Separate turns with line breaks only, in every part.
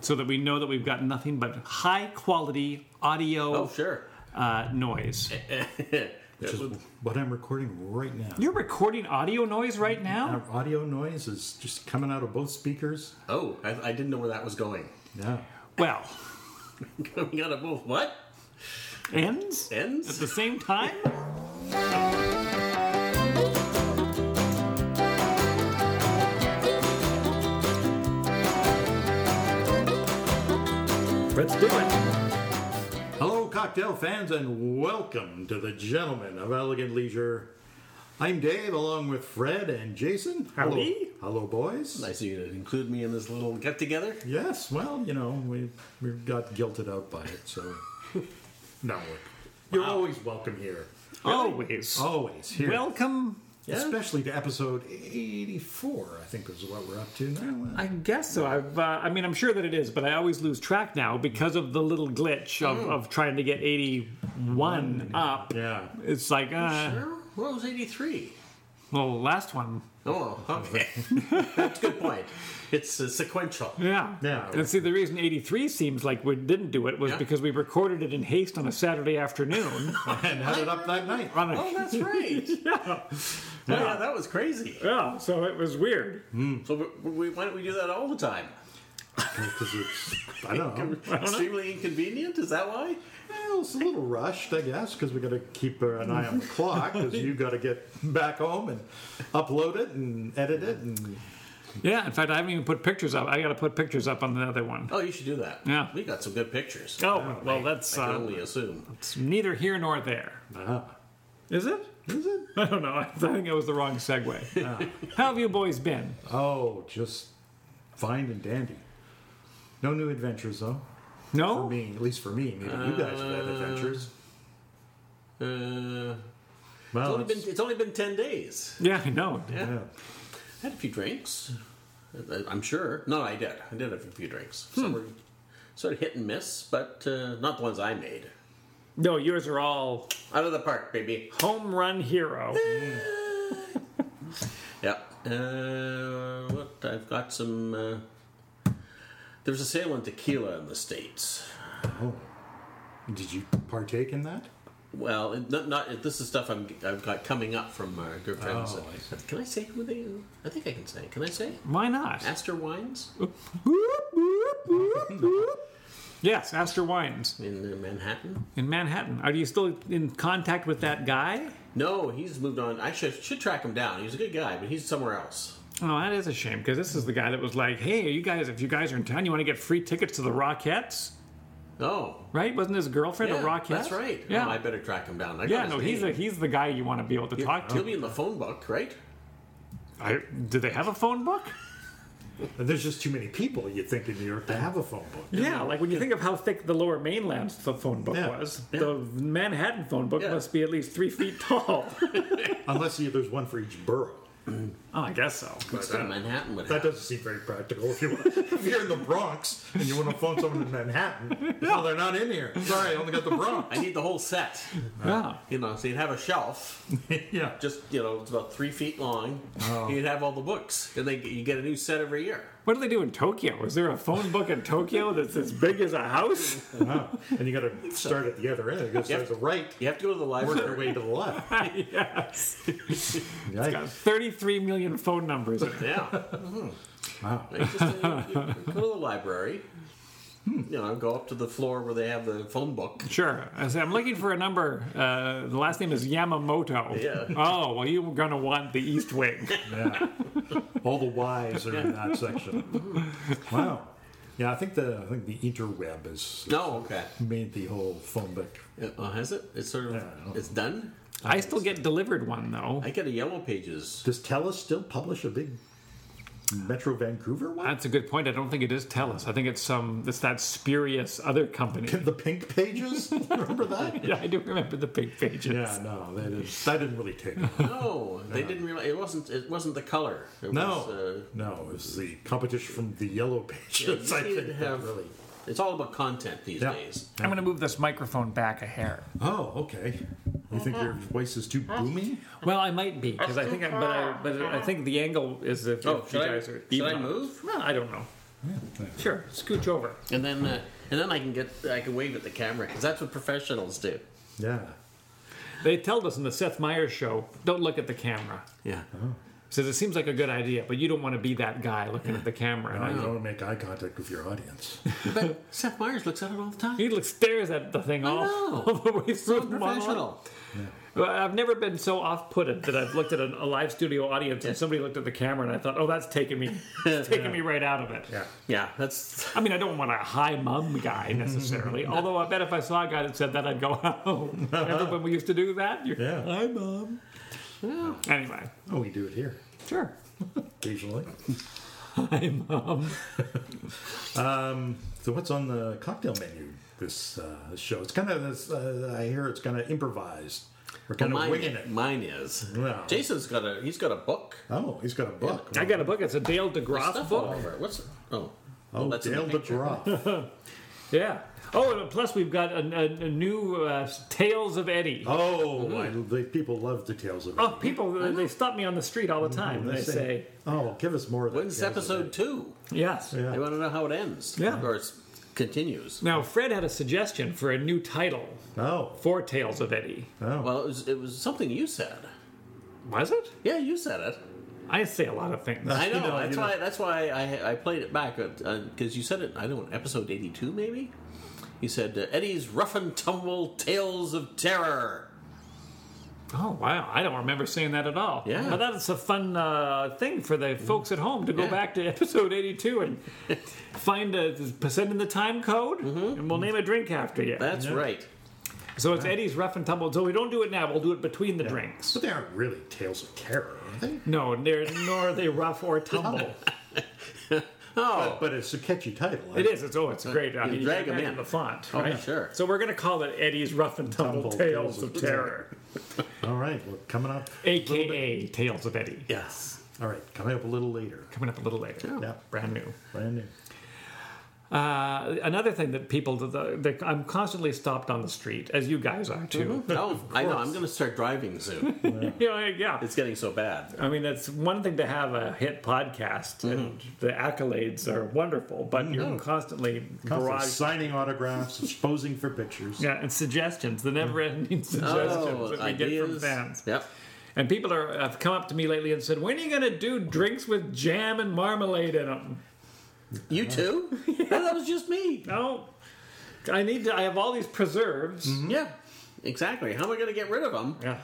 so that we know that we've got nothing but high quality audio
Oh, sure.
uh, noise.
Which is what I'm recording right now.
You're recording audio noise right now?
Our audio noise is just coming out of both speakers.
Oh, I, I didn't know where that was going.
Yeah.
Well,
Coming out of both what?
ends at
Ends?
the same time?
Let's do it.
Hello, cocktail fans, and welcome to the Gentlemen of Elegant Leisure. I'm Dave, along with Fred and Jason.
Howdy.
Hello, hello boys.
Nice of you to include me in this little get together.
Yes, well, you know, we we got guilted out by it, so no. You're always welcome here.
Always.
Oh,
Always here.
Welcome.
especially to episode 84, I think is what we're up to now.
I guess so. I've, uh, I mean, I'm sure that it is, but I always lose track now because of the little glitch
Mm.
of, of trying to get 81 up.
Yeah.
It's like, uh,
Where where was 83?
well, last one.
Oh, okay. That's a good point. It's uh, sequential.
Yeah.
Yeah.
And see, the reason 83 seems like we didn't do it was
Yeah.
because we recorded it in haste on a Saturday afternoon.
And had it up that night.
on a,
Oh, that's right. yeah. Oh, yeah, that was crazy.
Yeah, so it was weird.
So we, we, why don't we do that all the time?
'Cause it's, Oh, I don't know.
Extremely inconvenient? Is that why?
Well, it's a little rushed, I guess, because we got to keep uh, an eye on the clock because you got to get back home and upload it and edit it. And
Yeah, in fact, I haven't even put pictures up. I got to put pictures up on the other one.
Oh, you should do that.
Yeah.
We got some good pictures.
Oh, well, that's
I
uh,
can only assume.
it's neither here nor there.
Ah,
Is it?
is it?
I don't know. I think it was the wrong segue. Uh, How have you boys been?
Oh, just fine and dandy. No new adventures though. For
No?
me, at least for me. Maybe you guys have had adventures.
Uh, it's,
Well,
only been,
oh, it's-
it's only been 10 days.
Yeah, I know.
yeah.
I had a few drinks. I- I'm sure. No, I did. I did have a few drinks. Some were sort of hit and miss, but uh, not the ones I made.
No, yours are all
Out of the park, baby.
home run hero.
Yeah. Uh, what? I've got some. Uh, there was a sale on tequila in the states.
Did you partake in that?
Well, it, not, not this is stuff I'm, I've got coming up from our good friends.
Oh,
can I say who they? I think I can say. Can I say?
Why not?
Astor Wines
yes, Astor Wines
in uh, Manhattan.
in Manhattan. Are you still in contact with that guy?
No, he's moved on. I should, should track him down. He's a good guy, but he's somewhere else.
Oh, that is a shame because this is the guy that was like, "Hey, you guys, if you guys are in town, you want to get free tickets to the Rockettes,
Oh,
right?" Wasn't his girlfriend
yeah,
a Rockette?
that's right.
Yeah,
Oh, I better track him down. I
yeah.
got
No,
his
he's a,
name.
he's the guy you want to be able to talk
He'll
to.
be in the phone book, right?
I, do they have a phone book?
There's just too many people you'd think in New York to have a phone book.
Yeah, like when you think of how thick the Lower Mainland's ph- phone book
Yeah.
was, the Manhattan phone book
Yeah.
must be at least three feet tall.
Unless you, there's one for each borough.
oh, I guess so.
But, Manhattan would
That
have.
doesn't seem very practical. If, you want, if you're in the Bronx and you want to phone someone in Manhattan, no, they're not in here. Sorry, I only got the Bronx.
I need the whole set.
Yeah.
You know, so you'd have a shelf,
yeah.
just you know, it's about three feet long.
Oh.
You'd have all the books, and they you get a new set every year.
What do they do in Tokyo? Is there a phone book in Tokyo that's as big as a house?
Wow. And you got to start at the other end. You got to start at the right,
You have to go to the
work your
library.
way to the left.
yes.
Yikes.
33 million phone numbers.
yeah.
Mm-hmm.
Wow.
Like, just, uh, you- you go to the library. You know, go up to the floor where they have the phone book.
Sure. I say, I'm looking for a number. Uh, the last name is Yamamoto.
Yeah.
Oh, well, you're going to want the East Wing.
Yeah. All the Y's are in that section. Wow. Yeah, I think the I think the interweb has
No, okay.
made the whole phone book.
Oh, has it? It's sort of
Yeah.
it's done.
I still get delivered one, though.
I get a yellow pages.
Does Telus still publish a big Metro Vancouver one?
That's a good point. I don't think it is TELUS. I think it's some it's that spurious other company.
The Pink Pages? Remember that?
yeah, I do remember the pink pages.
Yeah, no, that is that didn't really take. off.
No, they didn't realize it wasn't. It wasn't the color. It Was, uh,
No, no, it was the competition from the Yellow Pages.
you
I
need
think
to
that
have-
really.
It's all about content these
Yeah.
days.
I'm going to move this microphone back a hair.
Oh, okay. You think your
Uh-huh.
voice is too boomy?
Well, I might be because I think, I, but I, but I think the angle is if,
Oh,
if you
should I,
guys are.
should I
even-
move?
Well, I don't know. Sure, scooch over.
And then uh, and then I can get I can wave at the camera because that's what professionals do.
Yeah.
They told us in the Seth Meyers show, don't look at the camera.
Yeah.
Says it seems like a good idea, but you don't want to be that guy looking at the camera.
Oh.
I don't make eye contact with your audience.
But Seth Meyers looks at it all the time.
He looks stares at the thing all,
know.
all the way through. the monologue.
Professional.
Well, I've never been so off-putted that I've looked at a, a live studio audience and somebody looked at the camera and I thought, "Oh, that's taking me, it's taking me right out of it."
Yeah.
Yeah, that's
I mean, I don't want a high mum guy necessarily. although I bet if I saw a guy that said that, I'd go, "Oh, remember when we used to do that?" You're-
Yeah. Hi, Mom.
Anyway,
Oh, we do it here
sure.
occasionally.
Hi, mum.
Um, so, what's on the cocktail menu this uh, show? It's kind of this. Uh, I hear it's kind of improvised. We're kind of winging it.
mine, mine is.
No.
Jason's got a he's got a book.
Oh, he's got a book.
I got a book. It's a Dale DeGroff
Stuff all
book.
over. it. What's oh
Oh,
well, that's in the
Dale
picture.
DeGraff.
Yeah. Oh, and plus we've got a, a, a new uh, Tales of Eddie.
Oh,
Mm-hmm.
I, the people love the tales of.
Oh,
Eddie.
people, they- they stop me on the street all the time. They say,
"Oh, give us more." of that
When's
Tales of
episode
Eddie.
two?
yes.
Yeah.
They want to know how it ends.
Yeah.
Or it's, continues.
Now, Fred had a suggestion for a new title
Oh,
for Tales of Eddie.
oh.
Well, it was it was something you said.
Was it?
Yeah, you said it.
I say a lot of things.
I know.
You know,
that's
you know.
why. That's why I I played it back because you said it. I don't know, episode eighty two maybe. You said uh, Eddie's rough and tumble tales of terror.
Oh, wow. I don't remember saying that at all.
Yeah.
But that's a fun uh, thing for the folks at home to go
Yeah.
back to episode 82 and find a, send in the time code, and we'll name a drink after you.
That's right.
so it's Eddie's Rough and Tumble. So we don't do it now. We'll do it between the drinks.
but they aren't really tales of terror, are they?
No, they're, nor are they rough or tumble.
Oh,
But it's a catchy title.
It is. It's oh, it's great. I mean, you
drag
can
'em
imagine
in.
the font.
Oh,
Right?
sure.
So we're gonna call it Eddie's Rough and Tumble,
Tumble
Tales, of Terror,
All right, well, coming up.
aka Tales of Eddie.
yes.
All right, coming up a little later.
Coming up a little later.
Yeah,
Brand new.
brand new.
Uh, another thing that people, that that I'm constantly stopped on the street, as you guys are too.
Oh, I know. I'm going to start driving soon.
you know, yeah.
it's getting so bad.
I mean, it's one thing to have a hit podcast, and the accolades are wonderful, but you're constantly
Constantly
barrage.
signing autographs, it's posing for pictures.
Yeah, and suggestions, the never-ending suggestions that we get from fans.
Oh, Yep.
And people are, have come up to me lately and said, "When are you going to do drinks with jam and marmalade in them?"
You too? That was just me.
No, I need to. I have all these preserves.
Yeah. Exactly. How am I going to get rid of them?
Yeah.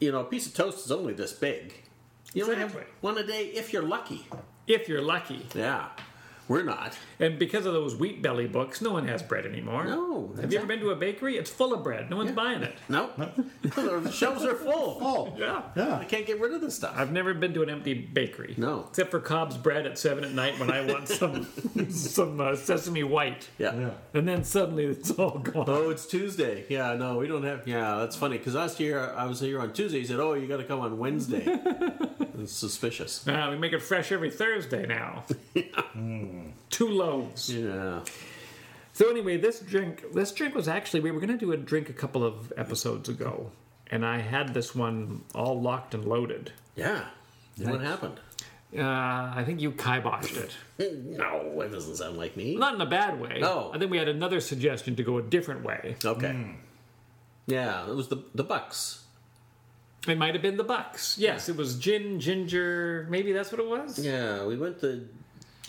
You know, a piece of toast is only this big. You only have
Exactly.
one a day if you're lucky.
If you're lucky,
Yeah. We're not.
and because of those wheat belly books, no one has bread anymore.
No,
Have you ever been to a bakery? It's full of bread. No one's buying it.
No. the shelves are full.
Oh,
Yeah.
I
yeah.
can't get rid of this stuff.
I've never been to an empty bakery.
No.
Except for Cobb's bread at seven at night when I want some some uh, sesame white,
yeah.
Yeah.
and then suddenly it's all gone.
Oh, it's Tuesday. Yeah, no, we don't have. Yeah, that's funny because last year I was here on Tuesday. He said, "Oh, you got to come on Wednesday." it's suspicious.
Uh, we make it fresh every Thursday now. Two loaves.
Yeah.
So anyway, this drink, this drink was actually we were going to do a drink a couple of episodes ago, and I had this one all locked and loaded.
Yeah. What happened?
Uh, I think you kiboshed it,
No, it doesn't sound like me.
not in a bad way.
No.
I think we had another suggestion to go a different way.
Okay. Yeah, it was the the Bucks.
It might have been the Bucks. Yes, it was gin, ginger. Maybe that's what it was.
Yeah, we went the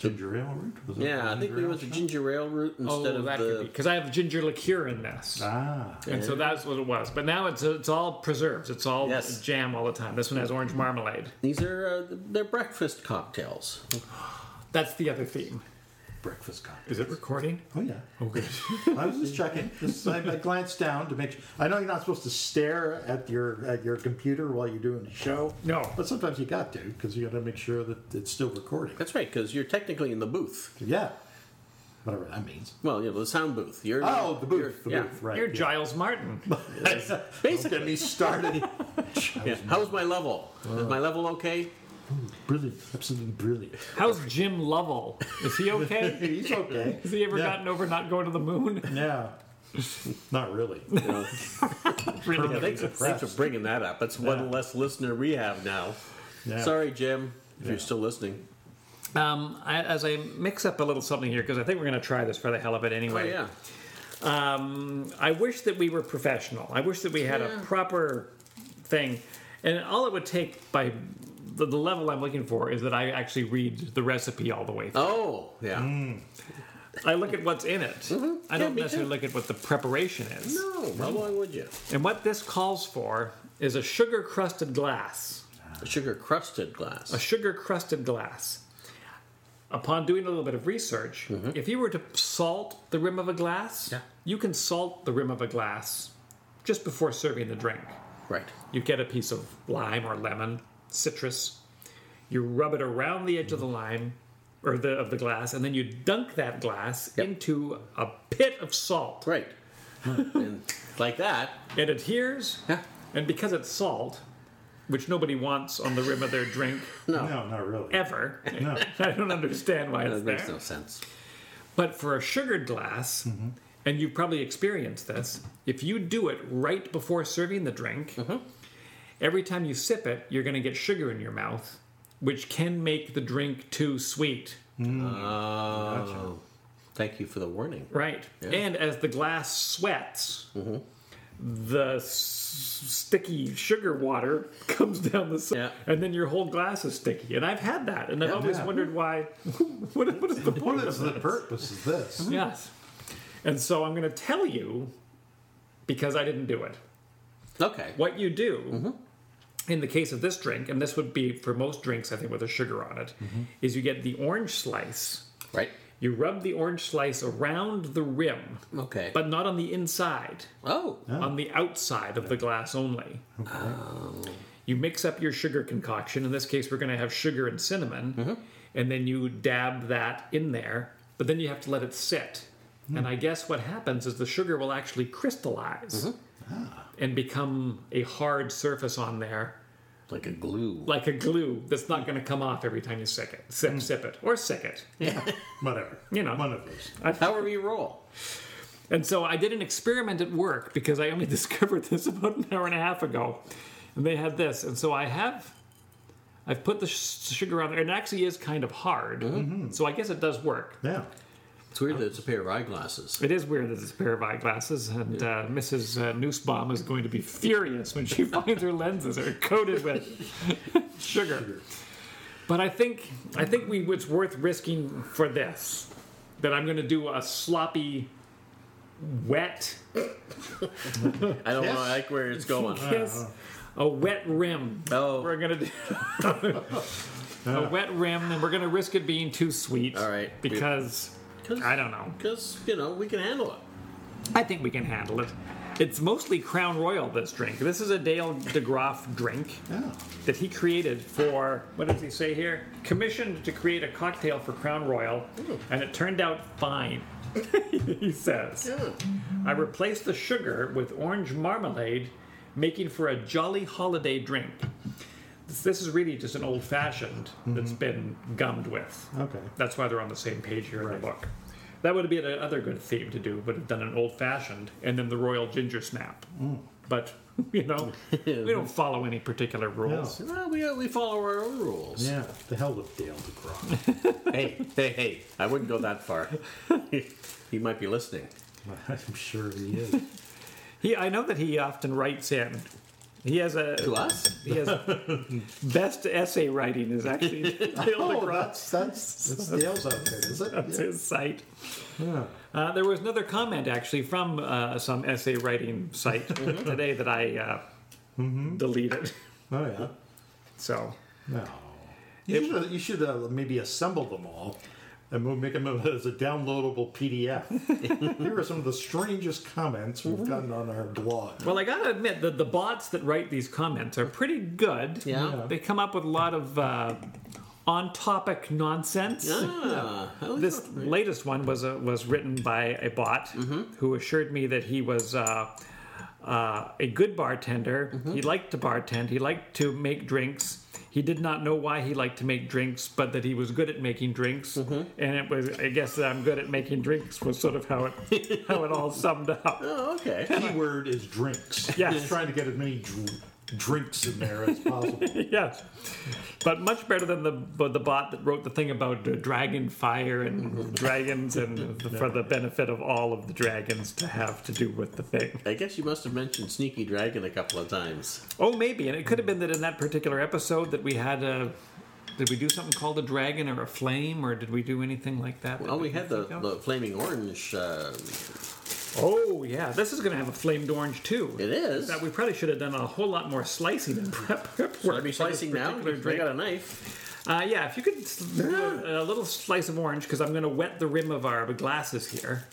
Ginger ale root? Was it
yeah. I think
ginger
we
ale
went the
shot?
ginger ale route
Oh,
instead of
that could be
the
because I have ginger liqueur in this.
Ah,
And so that's what it was. But now it's it's all preserves. It's all
Yes.
jam all the time. This one has orange marmalade.
these are uh, they're breakfast cocktails.
That's the other theme.
breakfast coffee.
Is it recording?
Oh yeah. Okay. I was just checking. Just, I, I glanced down to make. Sure. I know you're not supposed to stare at your at your computer while you're doing the show.
No.
But sometimes you got to because you got to make sure that it's still recording.
That's right, because you're technically in the booth.
Yeah. Whatever that means.
Well, you know the sound booth. You're
Oh, the
you're-
booth. The
yeah.
booth. Right.
You're
yeah.
Giles Martin.
Don't get
Basically,
me started.
yeah. How's my level? Is my level okay?
brilliant. Absolutely brilliant.
How's Jim Lovell? Is he okay?
He's okay.
Has he ever
yeah.
gotten over not going to the moon?
Yeah. Not really.
You know,
really?
thanks, thanks for bringing that up. That's one
Yeah.
less listener we have now.
Yeah.
Sorry, Jim, if
Yeah.
you're still listening.
Um, I, as I mix up a little something here, because I think we're going to try this for the hell of it
Oh,
anyway.
yeah.
um, I wish that we were professional. I wish that we had a proper thing. And all it would take by the, the level I'm looking for is that I actually read the recipe all the way through.
Oh, yeah.
Mm.
I look at what's in it. I
Mm-hmm. Yeah,
don't
me
necessarily
too.
look at what the preparation is.
No, well, why Oh, would you?
And what this calls for is a sugar crusted glass.
Sugar crusted glass.
A sugar crusted glass. Upon doing a little bit of research, if you were to salt the rim of a glass,
Mm-hmm. Yeah.
you can salt the rim of a glass just before serving the drink.
right.
You get a piece of lime or lemon, citrus. You rub it around the edge of the lime or the of the glass, and then you dunk that glass
Yep.
into a pit of salt.
Right. and like that.
It adheres,
Yeah.
and because it's salt, which nobody wants on the rim of their drink
No, not really.
ever,
No.
I don't understand why it's
That makes
there.
no sense.
But for a sugared glass,
Mm-hmm.
and you've probably experienced this, if you do it right before serving the drink,
Mm-hmm.
every time you sip it, you're going to get sugar in your mouth, which can make the drink too sweet.
Uh,
Oh. Thank you for the warning.
Right. And as the glass sweats,
Mm-hmm.
the s- sticky sugar water comes down the side,
Yeah.
and then your whole glass is sticky. And I've had that, and I've always
Yeah.
wondered why. what, what is the point
What
of
is the
this?
purpose of this?
Yes. And so I'm going to tell you, because I didn't do it,
Okay.
what you do in the case of this drink, and this would be for most drinks, I think, with a sugar on it, is you get the orange slice.
Right.
You rub the orange slice around the rim,
Okay.
but not on the inside,
oh,
on the outside of the glass only. You mix up your sugar concoction. In this case, we're going to have sugar and cinnamon, and then you dab that in there, but then you have to let it sit. And I guess what happens is the sugar will actually crystallize and become a hard surface on there,
like a glue.
like a glue that's not going to come off every time you sick it, sip, sip it, or sick it.
Whatever.
You know.
One of those.
However you roll.
And so I did an experiment at work because I only discovered this about an hour and a half ago, and they had this. And so I have, I've put the sh- sugar on there, and it actually is kind of hard. So I guess it does work.
Yeah.
It's weird that it's a pair of eyeglasses.
It is weird that it's a pair of eyeglasses, and uh, Mrs. Uh, Nussbaum is going to be furious when she finds her lenses are coated with sugar. But I think I think we it's worth risking for this. That I'm going to do a sloppy, wet
I don't
Yes.
know, I like where it's going.
kiss a wet rim. We're
Oh,
gonna do a wet rim, and we're gonna risk it being too sweet.
All right.
because I don't know.
Because, you know, we can handle it.
I think we can handle it. It's mostly Crown Royal. This drink. This is a Dale DeGroff drink
Yeah.
that he created for what does he say here? Commissioned to create a cocktail for Crown Royal, and it turned out fine. he says. I replaced the sugar with orange marmalade, making for a jolly holiday drink. This, this is really just an old fashioned that's been gummed with.
Okay.
That's why they're on the same page here in the book. That would have been another good theme to do, would have done an old fashioned and then the royal ginger snap. But, you know, we don't follow any particular rules.
Well, we, uh, we follow our own rules.
Yeah. The hell with Dale DeGraw.
Hey, hey, hey, I wouldn't go that far. he might be listening.
I'm sure he is.
He, I know that he often writes in. He has
To
a
us?
he has best essay writing is actually Dale
Oh,
DeGroff.
that's that's that's Dale's outfit, is it?
That's his site.
Yeah.
Uh, there was another comment actually from uh, some essay writing site today that I uh, deleted.
Oh yeah.
So
No. You should you should uh, maybe assemble them all. And we'll make them as a downloadable PDF. Here are some of the strangest comments we've gotten on our blog.
Well, I gotta admit that the bots that write these comments are pretty good.
Yeah. Yeah.
They come up with a lot of uh, on topic nonsense.
Ah, I like
This latest one was uh, was written by a bot who assured me that he was uh, uh, a good bartender. He liked to bartend. He liked to make drinks. He did not know why he liked to make drinks, but that he was good at making drinks. And it was, I guess, that I'm good at making drinks was sort of how it how it all summed up.
Oh, okay.
Keyword is drinks.
Yes.
He's trying to get as many dr- drinks in there as possible.
yes, but much better than the but the bot that wrote the thing about uh, dragon fire and dragons and the, for the benefit of all of the dragons to have to do with the thing.
I guess you must have mentioned Sneaky Dragon a couple of times.
Oh, maybe, and it could have been that in that particular episode that we had a. Did we do something called a dragon or a flame, or did we do anything like that? that
Oh,
I
we
can
had the,
think of?
the flaming orange. Uh,
Oh yeah, this is going to have a flamed orange too.
it is.
That we probably should have done a whole lot more slicing and prep, prep work.
I'd be
for this
slicing now.
particular
I
drink.
got a knife.
Uh, yeah, if you could s- do a, a little slice of orange, because I'm going to wet the rim of our glasses here.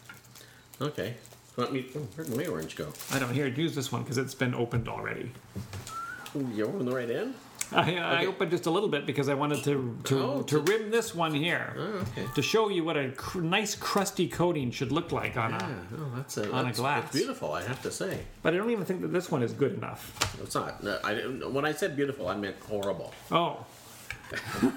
Okay. Want me? Oh, where'd my orange go?
I don't here use this one because it's been opened already.
Ooh, You're on the right end.
I, I
Okay.
opened just a little bit because I wanted to to,
Oh,
to
to-
rim this one here
Oh, okay.
to show you what a cr- nice crusty coating should look like on
Yeah.
a.
Oh, that's a,
a
that's,
glass.
That's beautiful. I have to say,
But I don't even think that this one is good enough.
it's not. No, I didn't, when I said beautiful, I meant horrible.
Oh,
So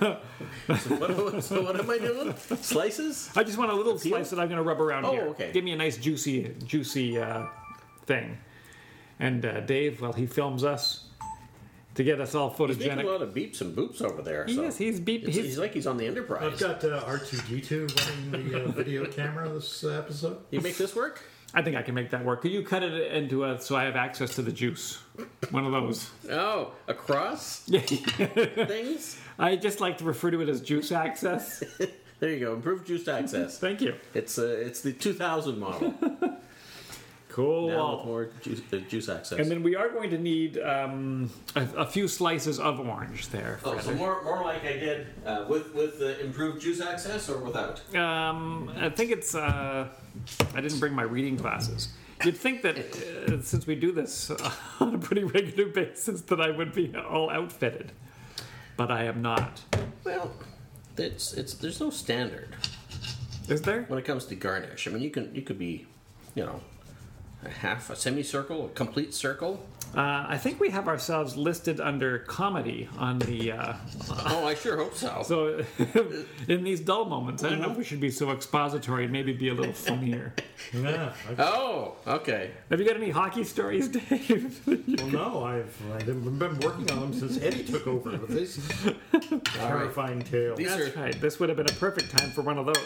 what, so what am I doing? Slices?
I just want a little slice that I'm going to rub around
Oh,
here.
okay.
Give me a nice juicy, juicy uh, thing. And uh, Dave, well, he films us to get us all
Making a
photogenic.
lot of beeps and boops over there.
He
so.
is. He's beep.
It's-
He's,
he's, like he's on the Enterprise.
I've got uh, R2D2 running the uh, video camera this uh, episode.
you make this work?
I think I can make that work. Could you cut it into a so I have access to the juice? One of those.
Oh, across things.
I just like to refer to it as juice access.
There you go. Improved juice access.
Thank you.
It's uh, it's the 2000 model.
Cool.
Now with more juice, uh, juice access.
And then we are going to need um, a, a few slices of orange there.
oh,
Fred.
so more, more like I did uh, with with the improved juice access or without?
Um, I think it's. Uh, I didn't bring my reading glasses. You'd think that uh, since we do this on a pretty regular basis, that I would be all outfitted, but I am not.
Well, it's it's there's no standard
Is there?
when it comes to garnish. I mean, you can you could be, you know, a half a semicircle, a complete circle.
Uh, I think we have ourselves listed under comedy on the. Uh,
Oh, I sure hope so.
so in these dull moments, I don't know if we should be so expository and maybe be a little funnier.
Yeah. I,
oh, okay.
have you got any hockey stories, Dave?
well, no, I've I've been working on them since Eddie took over with this terrifying tale.
These
That's
are
right. This would have been a perfect time for one of those.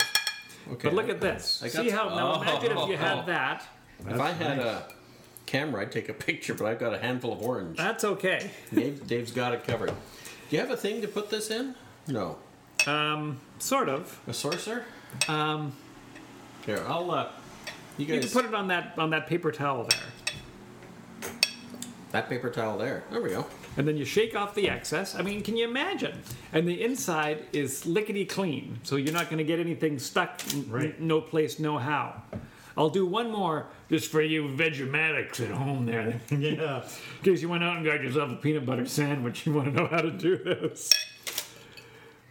okay.
But look at this.
I got
See how? Now
oh,
imagine if you
oh.
had that.
If I had a camera, I'd take a picture, but I've got a handful of orange.
That's okay.
Dave, Dave's got it covered. Do you have a thing to put this in? No.
Um, sort of.
A sorcerer?
Um,
Here, I'll. Uh, you
you
guys
can put it on that on that paper towel there,
that paper towel there. There we go.
and then you shake off the excess. I mean, can you imagine? And the inside is lickety clean, so you're not going to get anything stuck. n-
Right.
n- no place, no how. I'll do one more just for you Vegematics at home there. In
Yeah.
case you went out and got yourself a peanut butter sandwich, you want to know how to do this.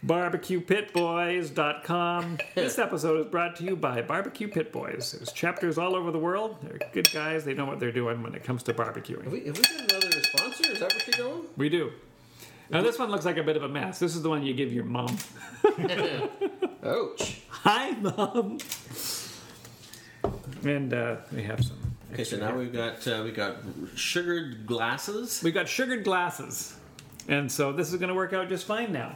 BarbecuePitBoys.com. this episode is brought to you by Barbecue Pit Boys. There's chapters all over the world. They're good guys. They know what they're doing when it comes to barbecuing.
Have we, have we got another sponsor? Is that what you're doing?
We do. Now, this one looks like a bit of a mess. This is the one you give your mom.
Ouch.
Hi, mom. And uh, we have some.
Okay, so now we've got uh, we've got sugared glasses.
We've got sugared glasses. And so this is going to work out just fine now.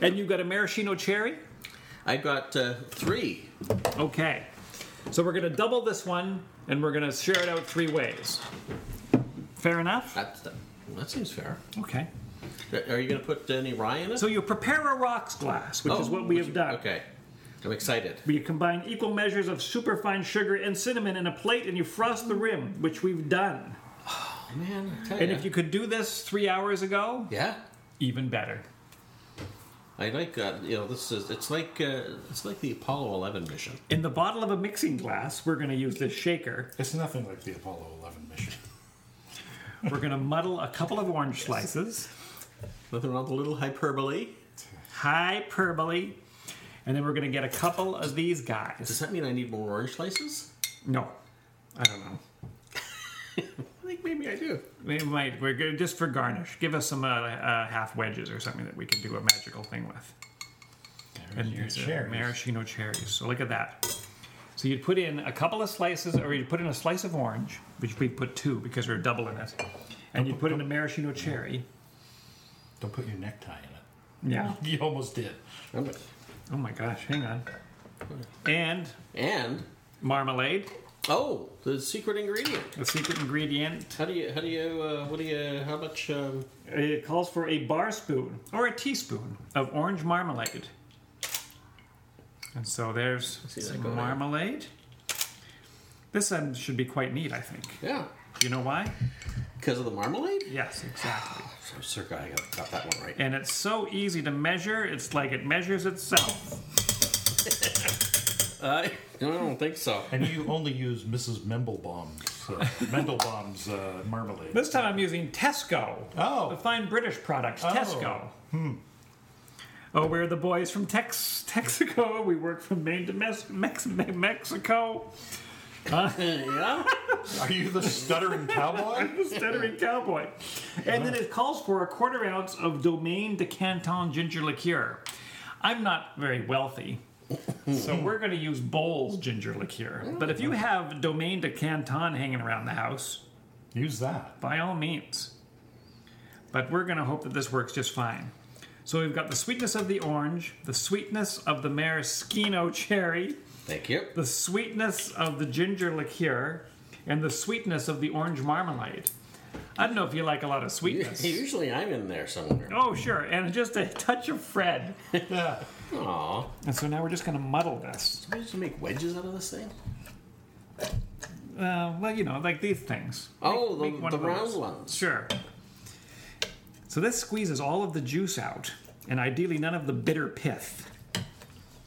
And you've got a maraschino cherry.
I've got uh, three.
Okay. So we're going to double this one and we're going to share it out three ways. Fair enough?
That's the, that seems fair.
Okay.
Are you going to put any rye in it?
So you prepare a rocks glass, which
Oh,
is what we
would
have
you-
done.
Okay, I'm excited.
You combine equal measures of superfine sugar and cinnamon in a plate and you frost the rim, which we've done.
Oh, Man, I tell
And
ya.
if you could do this three hours ago,
yeah.
even better.
I like uh, you know this is it's like uh, it's like the Apollo Eleven mission.
In the bottle of a mixing glass, we're going to use this shaker.
It's nothing like the Apollo 11 mission.
We're going to muddle a couple of orange slices,
Nothing wrong with a little hyperbole.
hyperbole, and then we're going to get a couple of these guys.
Does that mean I need more orange slices?
No, I don't know.
I think maybe I do.
We might. We're good just for garnish. Give us some uh, uh, half wedges or something that we can do a magical thing with. And use, uh, maraschino cherries. So look at that. So you'd put in a couple of slices, or you'd put in a slice of orange, which we put two because we're doubling it, and you put in a maraschino cherry.
Don't put your necktie in
Yeah.
it. You almost did.
Oh my gosh, hang on. And
And
marmalade,
oh, the secret ingredient.
the secret ingredient.
How do you? How do you? Uh, what do you? How much? Um,
It calls for a bar spoon or a teaspoon of orange marmalade. And so there's
see that
some
go there.
marmalade. This one should be quite neat, I think.
yeah,
Do you know why?
because of the marmalade.
Yes, exactly.
So, circa, I got, got that one right.
And it's so easy to measure, it's like it measures itself.
Uh, no, I don't think so.
And you only use Mrs. Mendelbaum's, uh, Mendelbaum's uh, marmalade.
This time I'm using Tesco.
Oh.
The fine British product,
Oh.
Tesco. Hmm. Oh, we're the boys from Tex Texaco. We work from Maine to Mes- Mex- Me- Mexico.
yeah.
Are you the stuttering cowboy?
The stuttering cowboy. And then it calls for a quarter ounce of Domaine de Canton ginger liqueur. I'm not very wealthy. So we're going to use Bowles ginger liqueur. But if you have Domaine de Canton hanging around the house,
Use that.
by all means. But we're going to hope that this works just fine. So we've got the sweetness of the orange, the sweetness of the maraschino cherry,
Thank you.
the sweetness of the ginger liqueur, and the sweetness of the orange marmalade. I don't know if you like a lot of sweetness.
Usually I'm in there somewhere.
Oh, sure, and just a touch of Fred.
Yeah.
Aw.
And so now we're just going to muddle this.
Supposed to make wedges out of this thing?
Uh, well, you know, like these things.
Oh, the,
make one
the
of
round
those.
ones.
Sure. So this squeezes all of the juice out, and ideally none of the bitter pith.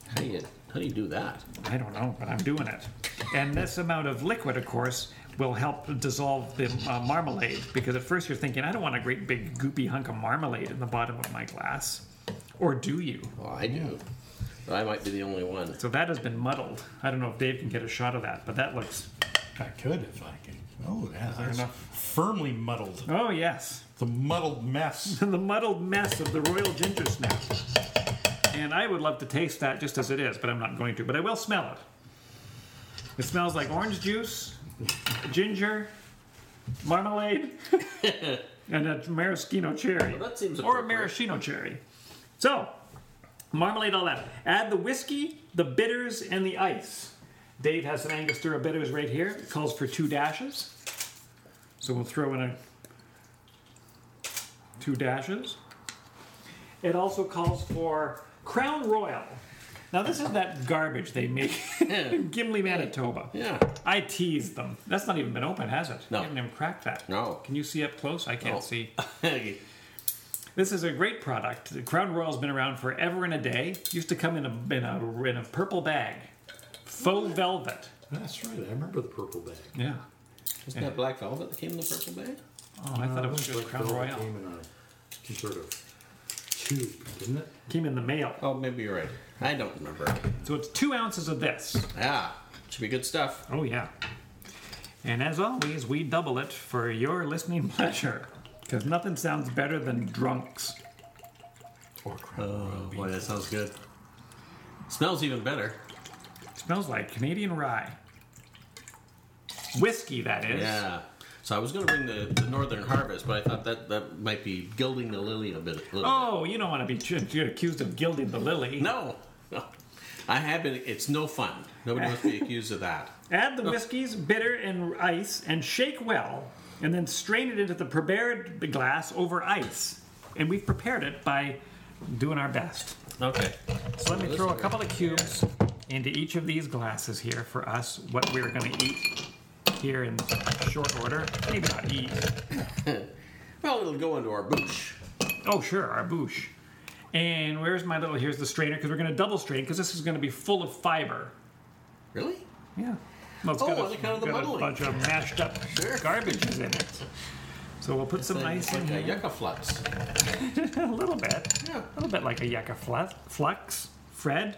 How do you? How do you do that?
I don't know, but I'm doing it. And this amount of liquid, of course, will help dissolve the uh, marmalade because at first you're thinking, I don't want a great big goopy hunk of marmalade in the bottom of my glass. Or do you?
Well, I do. But I might be the only one.
So that has been muddled. I don't know if Dave can get a shot of that, but that looks.
I could if I could. Oh, yeah. That's
enough.
firmly muddled.
Oh, yes.
The muddled mess.
the muddled mess of the royal ginger snap. And I would love to taste that just as it is, but I'm not going to. But I will smell it. It smells like orange juice, ginger, marmalade, and a maraschino cherry.
Well, that seems
or a
appropriate.
maraschino cherry. So, marmalade, all that. Add the whiskey, the bitters, and the ice. Dave has some Angostura bitters right here. It calls for two dashes. So we'll throw in a two dashes. It also calls for Crown Royal. Now this is that garbage they make in Gimli, Manitoba.
Yeah.
I teased them. That's not even been open, has it?
No.
You haven't even cracked that.
No.
Can you see up close? I can't
No.
see.
yeah.
This is a great product. The Crown Royal's been around forever and a day. Used to come in a in a, in a purple bag, faux velvet.
That's right. I remember the purple bag.
Yeah.
Isn't that black velvet that came in the purple bag?
Oh, I thought it was just
Like
Crown
the
Royal.
Came in a some sort of tube, didn't it?
Came in the mail.
Oh, maybe you're right. I don't remember.
So it's two ounces of this.
Yeah. Should be good stuff.
Oh, yeah. And as always, we double it for your listening pleasure. Because nothing sounds better than drunks.
Or crap.
Oh boy, that sounds good. Smells even better.
smells like Canadian rye. Whiskey, that is.
Yeah. So I was going to bring the, the Northern Harvest, but I thought that that might be gilding the lily a bit. A little
Oh, you don't want to be ch- you're accused of gilding the lily.
bit. No. No. I have been. It's no fun. Nobody wants to be accused of that.
Add the whiskeys, bitter, and ice, and shake well, and then strain it into the prepared glass over ice. And we've prepared it by doing our best.
Okay.
So let me throw a couple of cubes into each of these glasses here for us, what we're going to eat here in short order. Maybe not eat.
Well, it'll go into our boosh.
Oh, sure, our bouche. And where's my little? Here's the strainer because we're going to double strain because this is going to be full of fiber.
Really?
Yeah. Well, it's
Oh,
got a,
on account of the
got a
muddling.
bunch of mashed up
Sure.
garbages in it. So we'll put some
It's
ice
like
in
a
here.
yucca flux.
a little bit.
Yeah.
A little bit like a yucca flux. flux. Fred,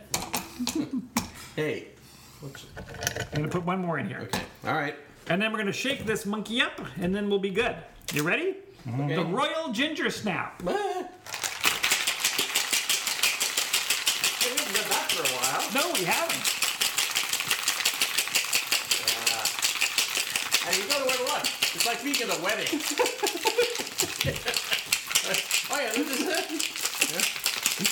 Hey.
I'm going to put one more in here.
Okay. All right.
And then we're gonna shake this monkey up, and then we'll be good. You ready? The Royal Ginger Snap.
Ah. We haven't done that for a while.
No, we haven't.
And you go to where to look. It's like being at a wedding. oh yeah, this is it.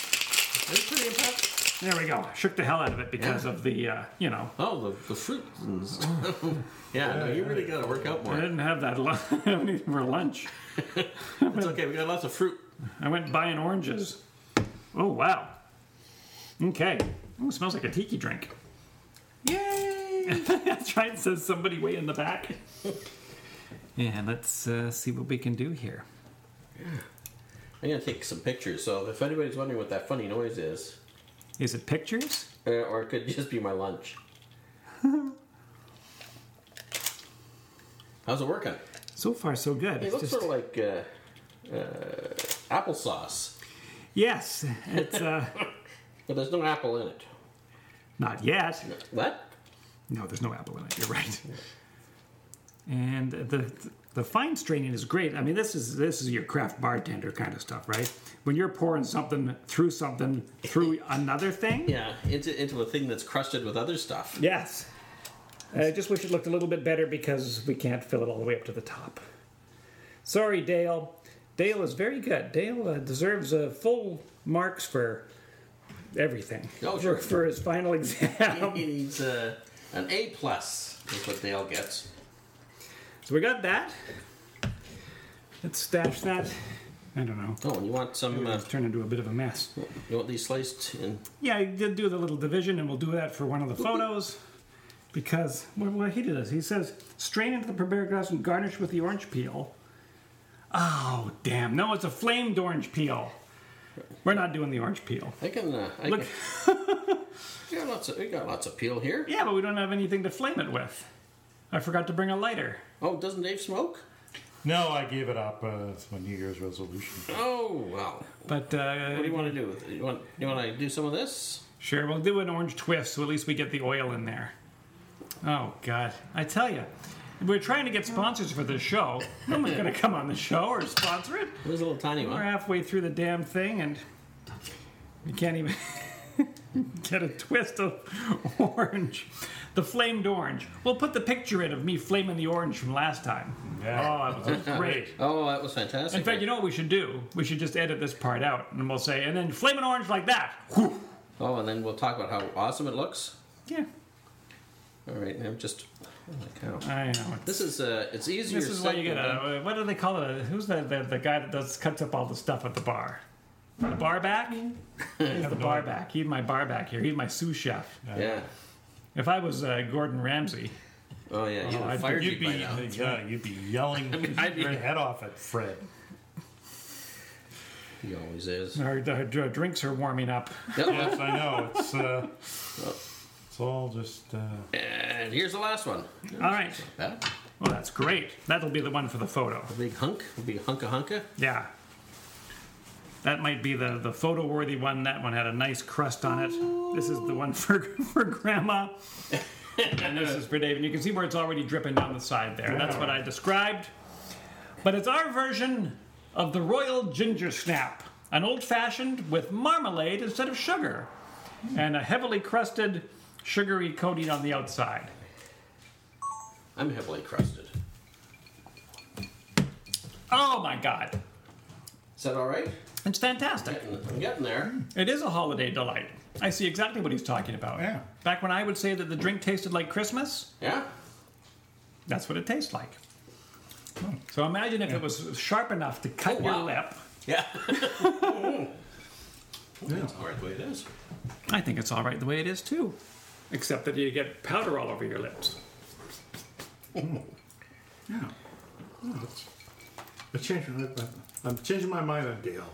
That's pretty impressive.
There we go. Shook the hell out of it because of the, uh, you know,
Oh, the, the fruit. and s- yeah, no, you really got to work out
I
more.
didn't have that lunch for lunch.
It's okay. We got lots of fruit.
I went buying oranges. Oh wow. Okay. Ooh, smells like a tiki drink.
Yay!
That's right. Says somebody way in the back. Yeah, let's uh, see what we can do here.
I'm gonna take some pictures. So if anybody's wondering what that funny noise is,
Is it pictures?
uh, or it could just be my lunch. How's it working?
So far, so good.
It
It's
looks
just-
sort of like uh, uh, applesauce,
yes, it's uh,
but there's no apple in it.
not yet.
What?
No, there's no apple in it. You're right. And the the fine straining is great. I mean, this is this is your craft bartender kind of stuff, right? When you're pouring something through something through another thing.
Yeah, into into a thing that's crusted with other stuff.
Yes. I just wish it looked a little bit better because we can't fill it all the way up to the top. Sorry, Dale. Dale is very good. Dale uh, deserves uh, full marks for everything.
Oh,
for,
sure.
for his final exam.
He needs uh, an A plus. Is what Dale gets.
so we got that. Let's stash that. I don't know.
Oh, and you want some? Uh,
It's turned into a bit of a mess.
you want these sliced? And
Yeah, I did do the little division, and we'll do that for one of the photos. Because well, what he does, he says, strain into the prepared glass and garnish with the orange peel. Oh, damn. No, it's a flamed orange peel. We're not doing the orange peel.
I can. Uh, I
Look.
Can, we got lots of we got lots of peel here.
Yeah, but we don't have anything to flame it with. I forgot to bring a lighter.
Oh, doesn't Dave smoke?
No, I gave it up. Uh, it's my New Year's resolution.
Oh wow.
But, uh,
What do you want to do? with it? You want you want to do some of this?
Sure, we'll do an orange twist so at least we get the oil in there. Oh, God. I tell you, we're trying to get sponsors for this show. No one's going to come on the show or sponsor it.
There's a little tiny
We're
one.
halfway through the damn thing and we can't even get a twist of orange. The flamed orange. We'll put the picture in of me flaming the orange from last time.
Yeah.
Oh, that was great.
Oh, that was fantastic.
In fact, you know what we should do? We should just edit this part out and we'll say, and then flame an orange like that. Whew.
Oh, and then we'll talk about how awesome it looks.
Yeah,
All right, now just. Oh my cow.
I know.
This is uh, it's easier.
This is why you get
said than
a, what do they call it? Who's the, the, the guy that does cuts up all the stuff at the bar? The bar back? He's the bar back. He's my bar back here. He's my sous chef.
done. Yeah.
If I was uh, Gordon Ramsay,
Oh yeah, you
I'd
would fired
You'd
you
be,
by now.
yeah, you'd be yelling
I'd be-
your head off at Fred.
He always is.
our, our dr- drinks are warming up.
Yep.
Yes, I know. It's uh, it's all just uh,
and here's the last one.
All right.
That
Well, that's great. That'll be the one for the photo.
big hunk, big hunka hunka.
Yeah. That might be the, the photo worthy one. That one had a nice crust on it. This is the one for, for Grandma. and this is for Dave. And you can see where it's already dripping down the side there. That's what I described. But it's our version of the Royal Ginger Snap, an old fashioned with marmalade instead of sugar, and a heavily crusted, sugary coating on the outside.
I'm heavily crusted.
Oh my God.
Is that all right?
It's fantastic.
I'm getting there.
It is a holiday delight. I see exactly what he's talking about.
Yeah.
Back when I would say that the drink tasted like Christmas,
Yeah.
that's what it tastes like. So imagine if it was sharp enough to cut
Oh,
your
wow.
lip.
Yeah. Mm-hmm. That's all right the way it is.
I think it's all right the way it is too, except that you get powder all over your lips.
I'm changing, I- I'm changing my mind on Dale.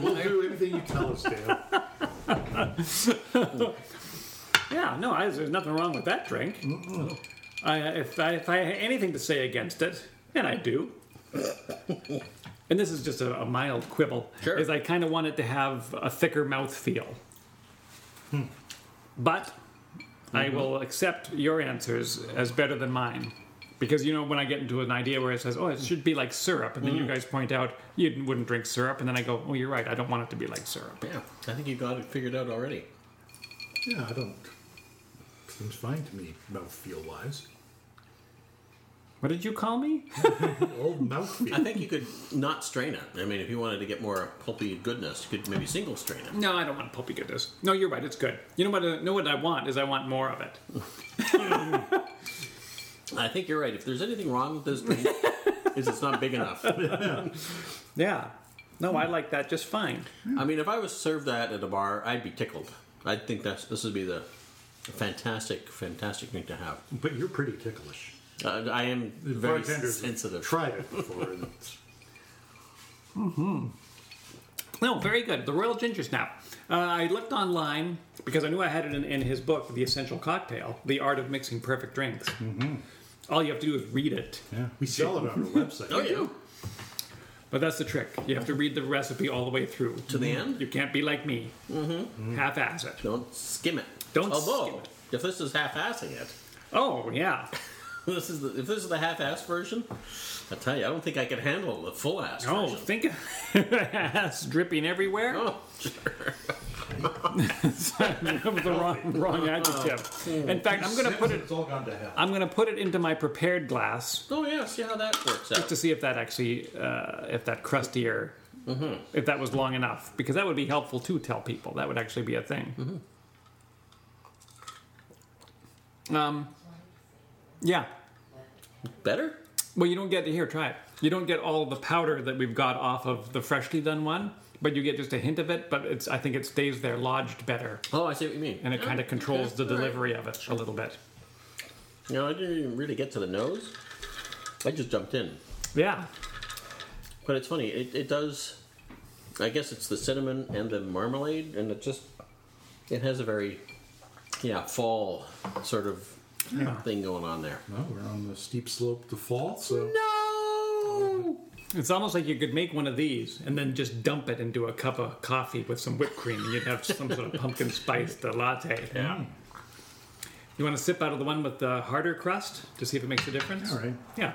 we'll do anything you tell us, Dale.
Yeah, no, I, there's nothing wrong with that drink. I, if, I, if I had anything to say against it, and I do, and this is just a, a mild quibble,
Sure.
is I kind of want it to have a thicker mouth feel. But I will accept your answers as better than mine. Because you know when I get into an idea where it says, "Oh, it should be like syrup," and then you guys point out you wouldn't drink syrup, and then I go, "Oh, you're right. I don't want it to be like syrup."
Yeah. I think you got it figured out already.
Yeah, I don't. Seems fine to me, mouthfeel wise.
What did you call me?
Old mouthfeel.
I think you could not strain it. I mean, if you wanted to get more pulpy goodness, you could maybe single strain it.
No, I don't want pulpy goodness. No, you're right. It's good. You know what? Uh, know what I want is I want more of it.
I think you're right. If there's anything wrong with this drink, is it's not big enough.
Yeah. No, I like that just fine.
I mean, if I was served that at a bar, I'd be tickled. I'd think that's this would be the fantastic, fantastic drink to have.
But you're pretty ticklish.
Uh, I am very
Bartenders have
sensitive.
Tried it before. And it's-
No, very good. The Royal Ginger Snap. Uh, I looked online because I knew I had it in, in his book, The Essential Cocktail The Art of Mixing Perfect Drinks. Mm-hmm. All you have to do is read it.
yeah, we sell it on our website.
Oh yeah,
But that's the trick. You have to read the recipe all the way through.
to the end.
You can't be like me. Mm-hmm. Half-ass it.
Don't skim it.
Don't
Although,
skim it.
if this is half-assing it,
Oh, yeah.
this is the, if this is the half-ass version, I tell you, I don't think I could handle the full-ass
Oh,
version.
think of ass dripping everywhere.
Oh, sure.
that was the wrong, wrong adjective. In fact, I'm going to put it.
Oh. It's all gone to hell.
I'm going to put it into my prepared glass
oh yeah. See how that works out.
to see if that actually, uh, if that crustier,
Mm-hmm.
if that was long enough, because that would be helpful to tell people. That would actually be a thing.
Mm-hmm.
Um, yeah.
Better.
Well, you don't get to here. Try it. You don't get all the powder that we've got off of the freshly done one, but you get just a hint of it. But it's I think it stays there lodged better,
Oh, I see what you mean.
and it kind of controls the
All right.
delivery of it a little bit.
You know, I didn't even really get to the nose. I just jumped in.
Yeah.
But it's funny, it, it does. I guess it's the cinnamon and the marmalade, and it just. It has a very, yeah, fall sort of thing going on there.
No, we're on the steep slope to fall,
Mm-hmm.
so
No!
It's almost like you could make one of these and then just dump it into a cup of coffee with some whipped cream, and you'd have some sort of pumpkin spice latte.
Yeah.
You want to sip out of the one with the harder crust to see if it makes a difference?
All right.
Yeah.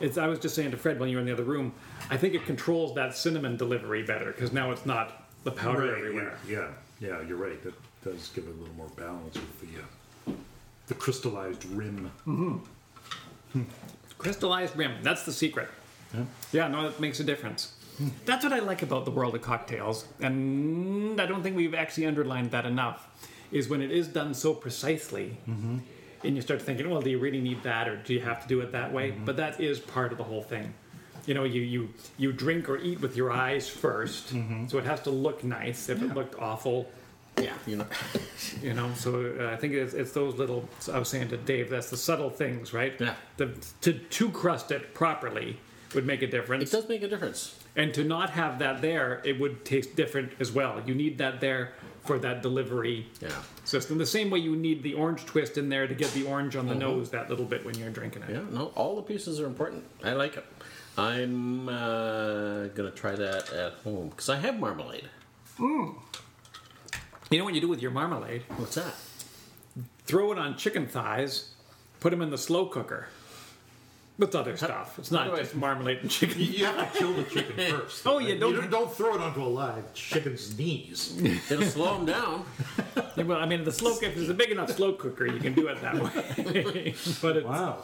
It's, I was just saying to Fred when you were in the other room, I think it controls that cinnamon delivery better because now it's not the powder everywhere.
Yeah, yeah, you're right. That does give it a little more balance with the uh, the crystallized rim.
Crystallized rim. That's the secret. Yeah, no, that makes a difference. That's what I like about the world of cocktails, and I don't think we've actually underlined that enough. Is when it is done so precisely, and you start thinking, well, do you really need that, or do you have to do it that way? But that is part of the whole thing. You know, you you you drink or eat with your eyes 1st so it has to look nice. If it looked awful,
Yeah, you know.
you know, so uh, I think it's, it's those little. so I was saying to Dave, that's the subtle things, right?
Yeah.
The, to to crust it properly would make a
It
difference,
does make a difference.
and to not have that there, it would taste different as well. You need that there for that delivery
Yeah.
system. The same way you need the orange twist in there to get the orange on the nose that little bit when you're drinking it.
Mm-hmm. Yeah, no, all the pieces are important. I like it. I'm uh, gonna try that at home, because I have marmalade.
You know what you do with your marmalade?
What's that?
Throw it on chicken thighs, put them in the slow cooker. With other stuff. It's not
do I-
just marmalade and chicken.
You have to kill the chicken first.
Oh, yeah, don't-
you don't throw it onto a live chicken's knees.
It'll slow them down.
Yeah, Well, I mean, the slow cooker is a big enough slow cooker. You can do it that way. but it's,
Wow,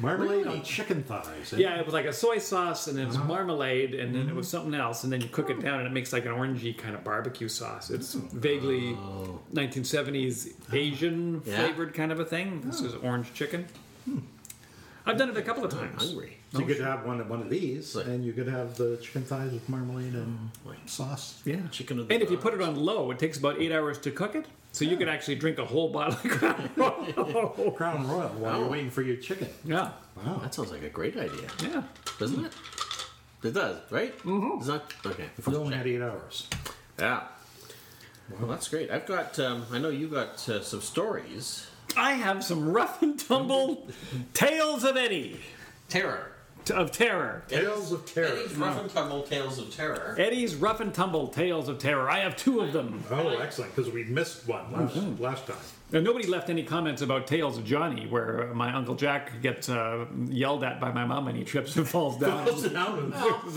marmalade
Really?
on chicken thighs. eh?
yeah, it was like a soy sauce, and then it's marmalade, and then it was something else, and then you cook it down, and it makes like an orangey kind of barbecue sauce. It's vaguely 1970s Asian
Yeah.
flavored kind of a thing. This is orange chicken. I've done it a couple of
I'm
times.
hungry.
So you could have one one of these,
Right.
and you could have the chicken thighs with marmalade and
Right.
sauce.
Yeah,
Chicken of the
And if you
gods.
put it on low, it takes about eight hours to cook it, so you could actually drink a whole bottle. of Crown Royal.
Crown Royal while
Oh.
you're waiting for your chicken.
yeah,
Wow,
That sounds like a great idea,
yeah.
doesn't it? It does, right? Mm-hmm. It's not okay.
we only had eight hours.
Yeah. Well, that's great. I've got. Um, I know you got uh, some stories.
I have some rough and tumble tales of Eddie
Terror.
t- of terror.
Tales of Terror.
Eddie's rough and tumble tales of terror.
Eddie's rough and tumble tales of terror. I have two of them,
Oh, excellent, because we missed one last, last time.
and nobody left any comments about tales of Johnny, where uh, my uncle Jack gets uh, yelled at by my mom and he trips and falls down. It's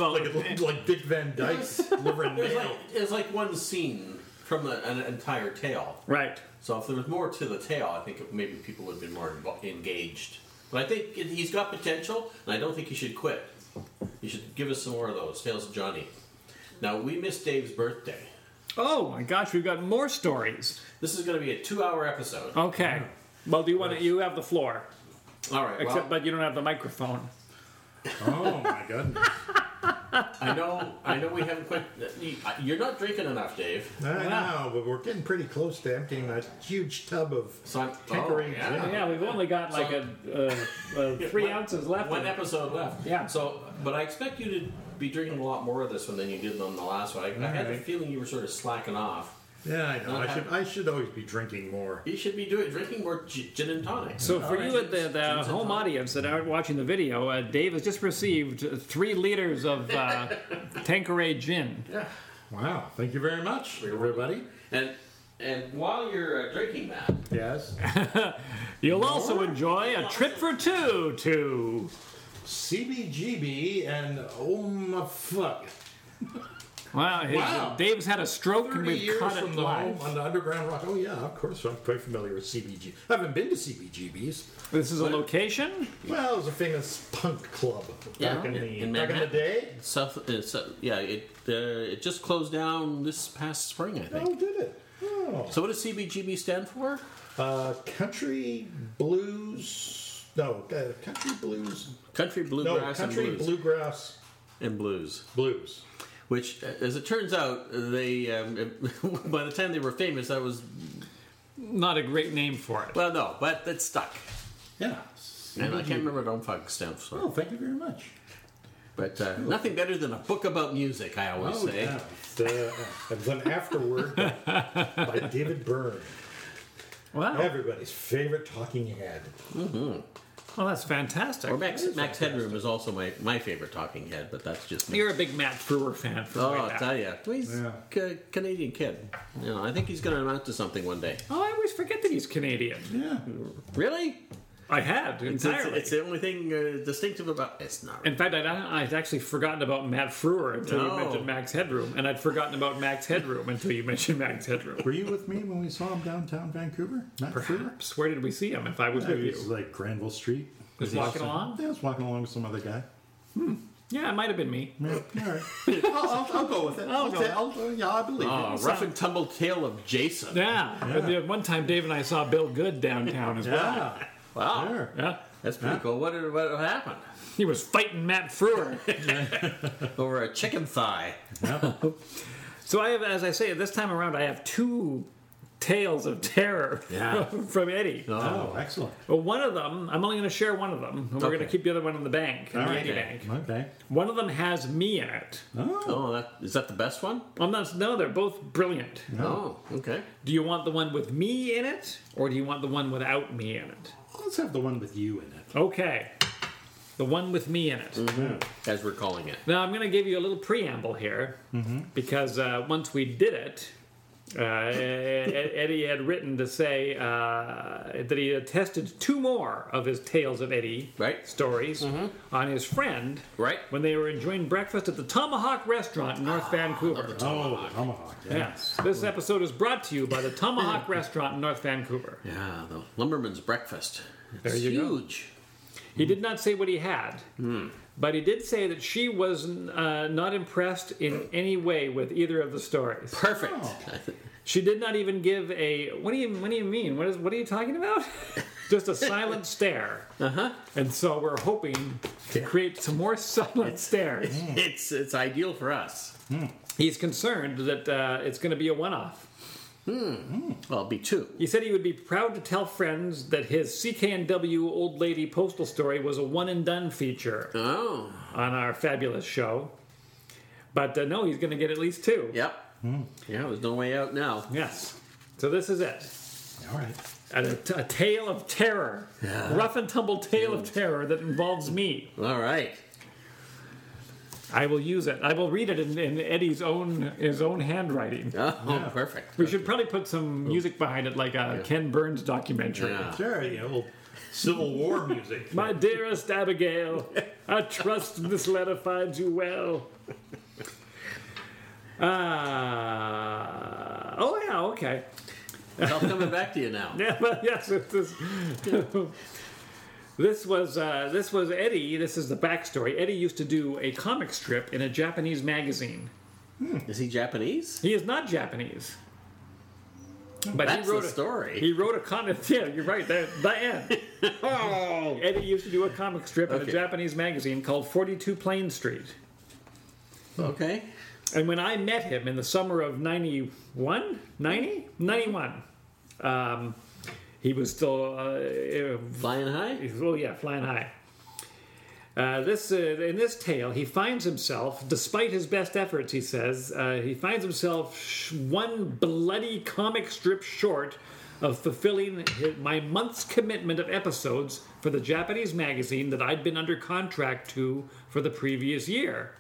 all-
like, like Dick Van Dyke delivering
There's like
mail.
there's like one scene from the, an entire tale.
right.
So if there was more to the tale, I think maybe people would have been more invo- engaged. But I think he's got potential, and I don't think he should quit. He should give us some more of those. Hails Johnny. Now, we missed Dave's birthday.
Oh my gosh, we've got more stories.
This is going to be a two hour episode.
Okay. Well, do you want to? You have the floor,
All right.
except
well,
but you don't have the microphone.
Oh my goodness!
I know I know we haven't quit. You're not drinking enough, Dave.
I know, but we're getting pretty close to emptying that huge tub of
So I'm
Tinkering
Oh, yeah.
gin.
Yeah, we've only got like a, a, a three
One-
ounces left.
One
of it.
episode left.
Yeah.
So, but I expect you to be drinking a lot more of this one than you did on the last one. I, I had the
right.
feeling you were sort of slacking off.
Yeah, I know.
Not
I should
having-
I should always be drinking more.
You should be doing drinking more gi- gin and tonic.
So for
All
you
right.
at the, the
Gins and
home
tonic.
audience that aren't watching the video, uh, Dave has just received three liters of uh, Tanqueray gin.
Yeah.
Wow! Thank you very much, everybody.
And and while you're uh, drinking that,
Yes.
You'll also enjoy a trip for two to
CBGB and oh my fuck.
wow. His,
Wow.
Dave's had a stroke and
30
we've
years
caught
from
it
the
live.
home on the underground rock. Oh yeah, of course. I'm quite familiar with CBG. I haven't been to CBGBs.
This is a location.
Well, it was a famous punk club
Yeah,
back in,
in-
the
in
back in the
Manhattan.
day.
South, uh, so, yeah, it uh, it just closed down this past spring, I think.
Oh, did it? Oh.
So what does CBGB stand for?
Uh, country blues. No, uh, country blues.
Country
No,
bluegrass
country
and blues.
bluegrass
and blues.
blues.
Which, uh, as it turns out, they um, by the time they were famous, that was
Not a great name for it.
well, no, but it stuck.
Yeah.
And I can't remember what Unfunk stands for.
Oh, thank you very much.
But uh, nothing better than a book about music, I always
Oh,
say.
yeah. It's, uh, it was an afterword by, by David Byrne,
Wow.
everybody's favorite talking head.
Well, that's fantastic.
Or Max, Max Headroom is also my, my favorite talking head, but that's just me.
You're a big Matt Brewer fan. From
Oh,
way
I'll
back.
tell you, he's a ca- Canadian kid. You know, I think he's going to amount to something one day.
Oh, I always forget that he's Canadian.
Yeah.
Really?
I had
It's, it's,
entirely.
it's the only thing uh, distinctive about. It's not.
In fact, I'd, I'd actually forgotten about Matt Frewer until
No.
you mentioned Max Headroom, and I'd forgotten about Max Headroom until you mentioned Max Headroom.
Were you with me when we saw him downtown Vancouver? Not
Perhaps. Where did we see him if I was with
It was
you?
like Granville Street.
Was he walking along?
Yeah, I was walking along with some other guy.
Yeah, it might have been me.
Yeah, all right. I'll, I'll, I'll go with it. I'll,
go
say- I'll- uh, yeah, I believe it.
Oh, rough and tumble tale of Jason.
Yeah. But the- One time, Dave and I saw Bill Good downtown as well.
Yeah.
Wow,
Sure.
Yeah.
that's pretty cool. What, did- what happened
He was fighting Matt Frewer.
over a chicken thigh?
so I have, as I say, this time around, I have two tales of terror
Yeah.
from Eddie.
Oh, excellent.
Well, one of them, I'm only going to share one of them, and we're going to
Okay.
keep the other one in the bank, in the
right.
Eddie bank.
Okay.
One of them has me in it.
Oh.
Oh, that, is that the best one?
I'm not. No, they're both brilliant.
Oh, okay.
Do you want the one with me in it, or do you want the one without me in it?
Let's have the one with you in it.
Okay, the one with me in it.
Mm-hmm.
As we're calling it.
Now I'm going to give you a little preamble here,
Mm-hmm.
because uh, once we did it, uh, E- E- Eddie had written to say uh, that he had tested two more of his tales of Eddie
Right. Mm-hmm.
stories on his friend
Right.
when they were enjoying breakfast at the Tomahawk Restaurant in
Ah,
North Vancouver.
Oh, tomahawk. Yeah.
Yes. This episode is brought to you by the Tomahawk Restaurant in North Vancouver.
Yeah, the lumberman's breakfast. It's
There you go.
huge. Mm-hmm.
He did not say what he had,
Hmm.
but he did say that she was uh, not impressed in any way with either of the stories.
Perfect.
Oh, She did not even give a what do you what do you mean? What is what are you talking about? Just a silent stare. Uh-huh. And so we're hoping to create some more silent stares.
It's it's ideal for us.
He's concerned that uh, it's going to be a one-off.
Well, it'd be two.
He said he would be proud to tell friends that his CKNW old lady postal story was a one and done feature.
Oh,
on our fabulous show. But uh, no, he's going to get at least two.
yep.
Hmm.
Yeah, there's no way out now.
Yes. So this is it.
All right.
A, a tale of terror. Rough and tumble tale of terror that involves me.
All right.
I will use it. I will read it in, in Eddie's own his own handwriting.
Oh, perfect.
We should probably put some music behind it, like a Ken Burns documentary.
Yeah.
Sure. You know, old Civil War music.
My dearest Abigail, I trust this letter finds you well. Uh, oh, yeah, okay.
It's all coming back to you now.
Yeah, well, yes, it is. This was uh, this was Eddie. This is the backstory. Eddie used to do a comic strip in a Japanese magazine.
Is he Japanese?
He is not Japanese, but
That's
he wrote
the
a
story.
He wrote a comic. Yeah, you're right. That the end.
oh,
Eddie used to do a comic strip in a
Okay.
Japanese magazine called 42 Plain Street.
okay.
And when I met him in the summer of 91, 90, 91, um, he was still, uh,
Flying high.
He's, oh yeah, flying high. Uh, this uh, in this tale, he finds himself, despite his best efforts, he says, uh, he finds himself sh- one bloody comic strip short of fulfilling hi my month's commitment of episodes for the Japanese magazine that I'd been under contract to for the previous year.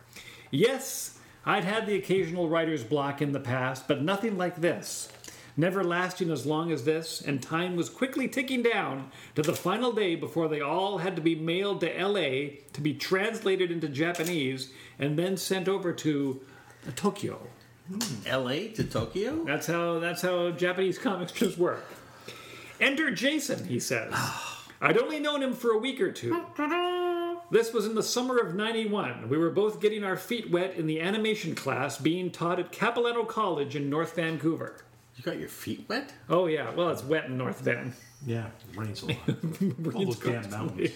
Yes, I'd had the occasional writer's block in the past, but nothing like this. Never lasting as long as this, and time was quickly ticking down to the final day before they all had to be mailed to LA to be translated into Japanese and then sent over to Tokyo.
L.A. to Tokyo.
That's how that's how Japanese comic strips work. Enter Jason, he says. I'd only known him for a week or two. This was in the summer of 91. We were both getting our feet wet in the animation class being taught at Capilano College in North Vancouver.
You got your feet wet.
Oh yeah, well it's wet in North Van.
Yeah, it rains a lot. All those damn mountains.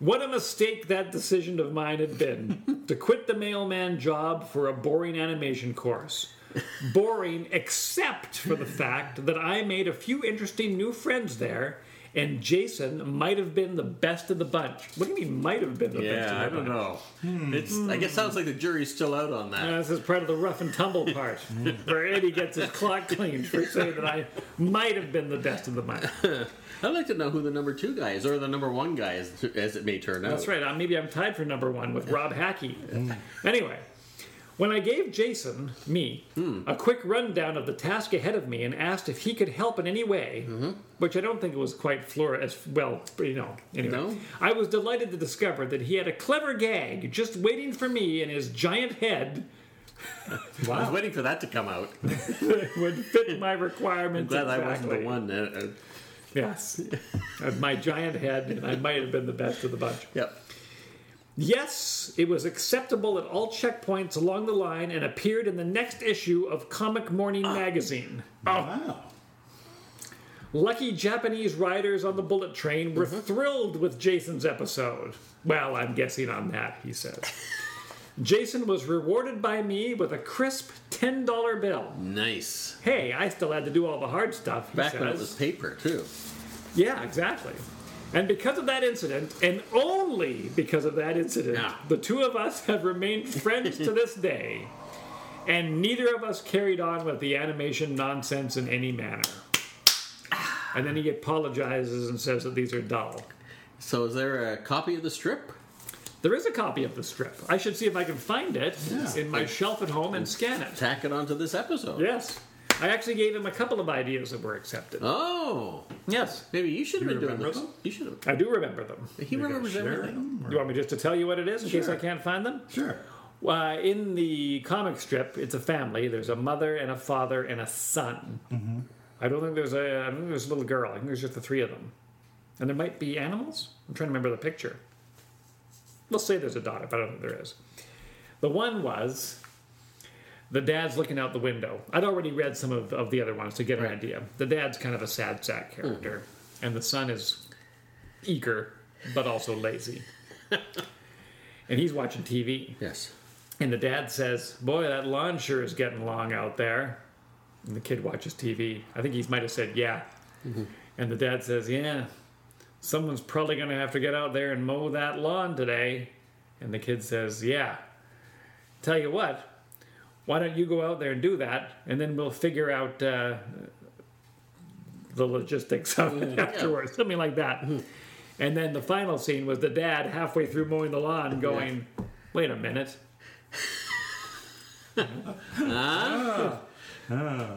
What a mistake that decision of mine had been to quit the mailman job for a boring animation course. Boring, except for the fact that I made a few interesting new friends there, and Jason might have been the best of the bunch. What do you mean, might have been the best of the bunch?
know. It's. I
Hmm.
guess sounds like the jury's still out on that.
Uh, this is part of the rough and tumble part, where Eddie gets his clock cleaned for saying that I might have been the best of the bunch.
I'd like to know who the number two guy is, or the number one guy is, as it may turn out.
That's right. Uh, maybe I'm tied for number one with Rob Hackey.
Mm.
Anyway, when I gave Jason, me,
Mm.
a quick rundown of the task ahead of me and asked if he could help in any way,
Mm-hmm.
which I don't think it was quite floor as well, you know. Anyway,
No?
I was delighted to discover that he had a clever gag just waiting for me in his giant head
I was waiting for that to come out.
that would fit my requirements.
Glad I wasn't
exactly.
the one. Uh, uh,
Yes, Uh, my giant head, and I might have been the best of the bunch.
yep.
Yes, it was acceptable at all checkpoints along the line and appeared in the next issue of Comic Morning
Ah.
magazine.
Wow.
Lucky Japanese riders on the bullet train were
Mm-hmm.
thrilled with Jason's episode. Well, I'm guessing on that, he says. Jason was rewarded by me with a crisp $10 bill.
Nice.
Hey, I still had to do all the hard stuff. He
Back
says.
when it was paper too.
Yeah, exactly. And because of that incident, and only because of that incident,
Yeah.
the two of us have remained friends to this day. And neither of us carried on with the animation nonsense in any manner. And then he apologizes and says that these are dull.
So is there a copy of the strip?
There is a copy of the strip. I should see if I can find it in my shelf at home and scan it.
Tack it onto this episode.
Yes. I actually gave him a couple of ideas that were accepted.
Oh,
Yes.
maybe you should have
You
been doing
remember
this.
them?
You should have.
I do remember them.
He remembers
Share
everything.
them?
You want me just to tell you what it is in case I
Sure.
can't find them?
Sure.
Uh, in the comic strip, it's a family. There's a mother and a father and a son. I don't think there's a. I don't think there's a little girl. I think there's just the three of them, and there might be animals. I'm trying to remember the picture. We'll say there's a dot, but I don't think there is. The one was the dad's looking out the window. I'd already read some of, of the other ones to get an idea. The dad's kind of a sad sack character, and the son is eager but also lazy, and he's watching TV.
Yes.
And the dad says, Boy, that lawn sure is getting long out there. And the kid watches TV. I think he might have said, Yeah. And the dad says, Yeah, someone's probably going to have to get out there and mow that lawn today. And the kid says, Yeah. Tell you what, why don't you go out there and do that? And then we'll figure out uh, the logistics of it afterwards. Something like that. And then the final scene was the dad halfway through mowing the lawn going, Wait a minute.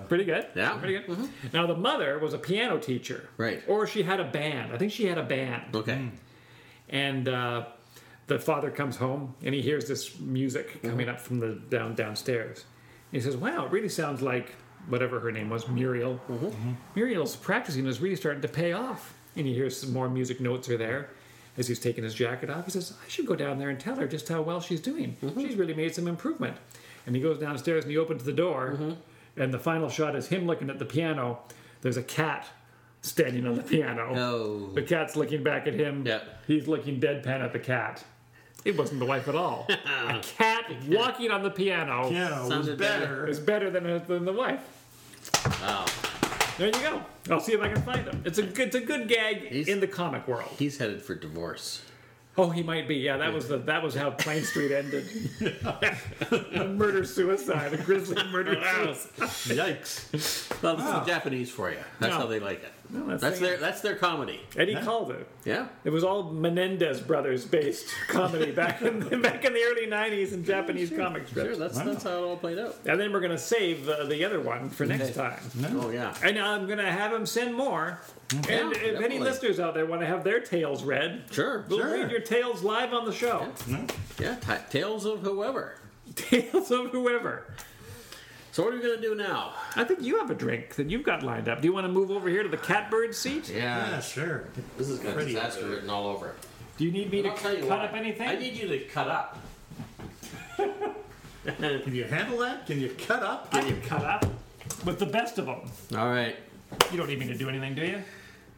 Pretty good.
Yeah.
Pretty good. Now, the mother was a piano teacher.
Right.
Or she had a band. I think she had a band.
Okay.
And uh, the father comes home and he hears this music coming up from the down downstairs. He says, Wow, it really sounds like whatever her name was, Muriel. Muriel's practicing is really starting to pay off. and you hear some more music notes are there. As he's taking his jacket off, he says, I should go down there and tell her just how well she's doing. She's really made some improvement. And he goes downstairs and he opens the door, and the final shot is him looking at the piano. There's a cat standing on the piano.
No.
The cat's looking back at him.
Yeah.
He's looking deadpan at the cat. It wasn't the wife at all. a cat walking on the piano
Yeah, it was
Sounded better.
better.
is better than, than the wife.
Wow.
There you go. I'll see if I can find him. It's a good, it's a good gag
He's-
in the comic world.
He's headed for divorce.
Oh, he might be. Yeah, that was the that was how Plain Street ended. a murder suicide, a grisly murder suicide.
Yikes.
Well, this
Wow.
is the Japanese for you. That's
No.
how they like it.
No, that's
that's
the-
their that's their comedy.
And he called it.
Yeah.
It was all Menendez brothers based comedy back in the, back in the early '90s in Japanese comic strips.
Sure, that's
Wow.
that's how it all played out.
And then we're gonna save uh, the other one for next
Okay.
time.
Oh yeah.
And I'm gonna have him send more. And
Yeah,
if any
definitely.
listeners out there want to have their tales read,
Sure.
we'll
Sure.
read your tales live on the show.
Yeah. Ta tales of whoever.
Tales of whoever.
So what are we gonna do now?
I think you have a drink that you've got lined up. Do you want to move over here to the catbird seat?
Yeah.
Yeah, sure.
This is got
Pretty
disaster
good.
written all over it.
Do you need me to
I'll tell you
cut
what.
up anything?
I need you to cut up.
Can you handle that? Can you cut up?
I can cut up with the best of them.
All right.
You don't need me to do anything, do you?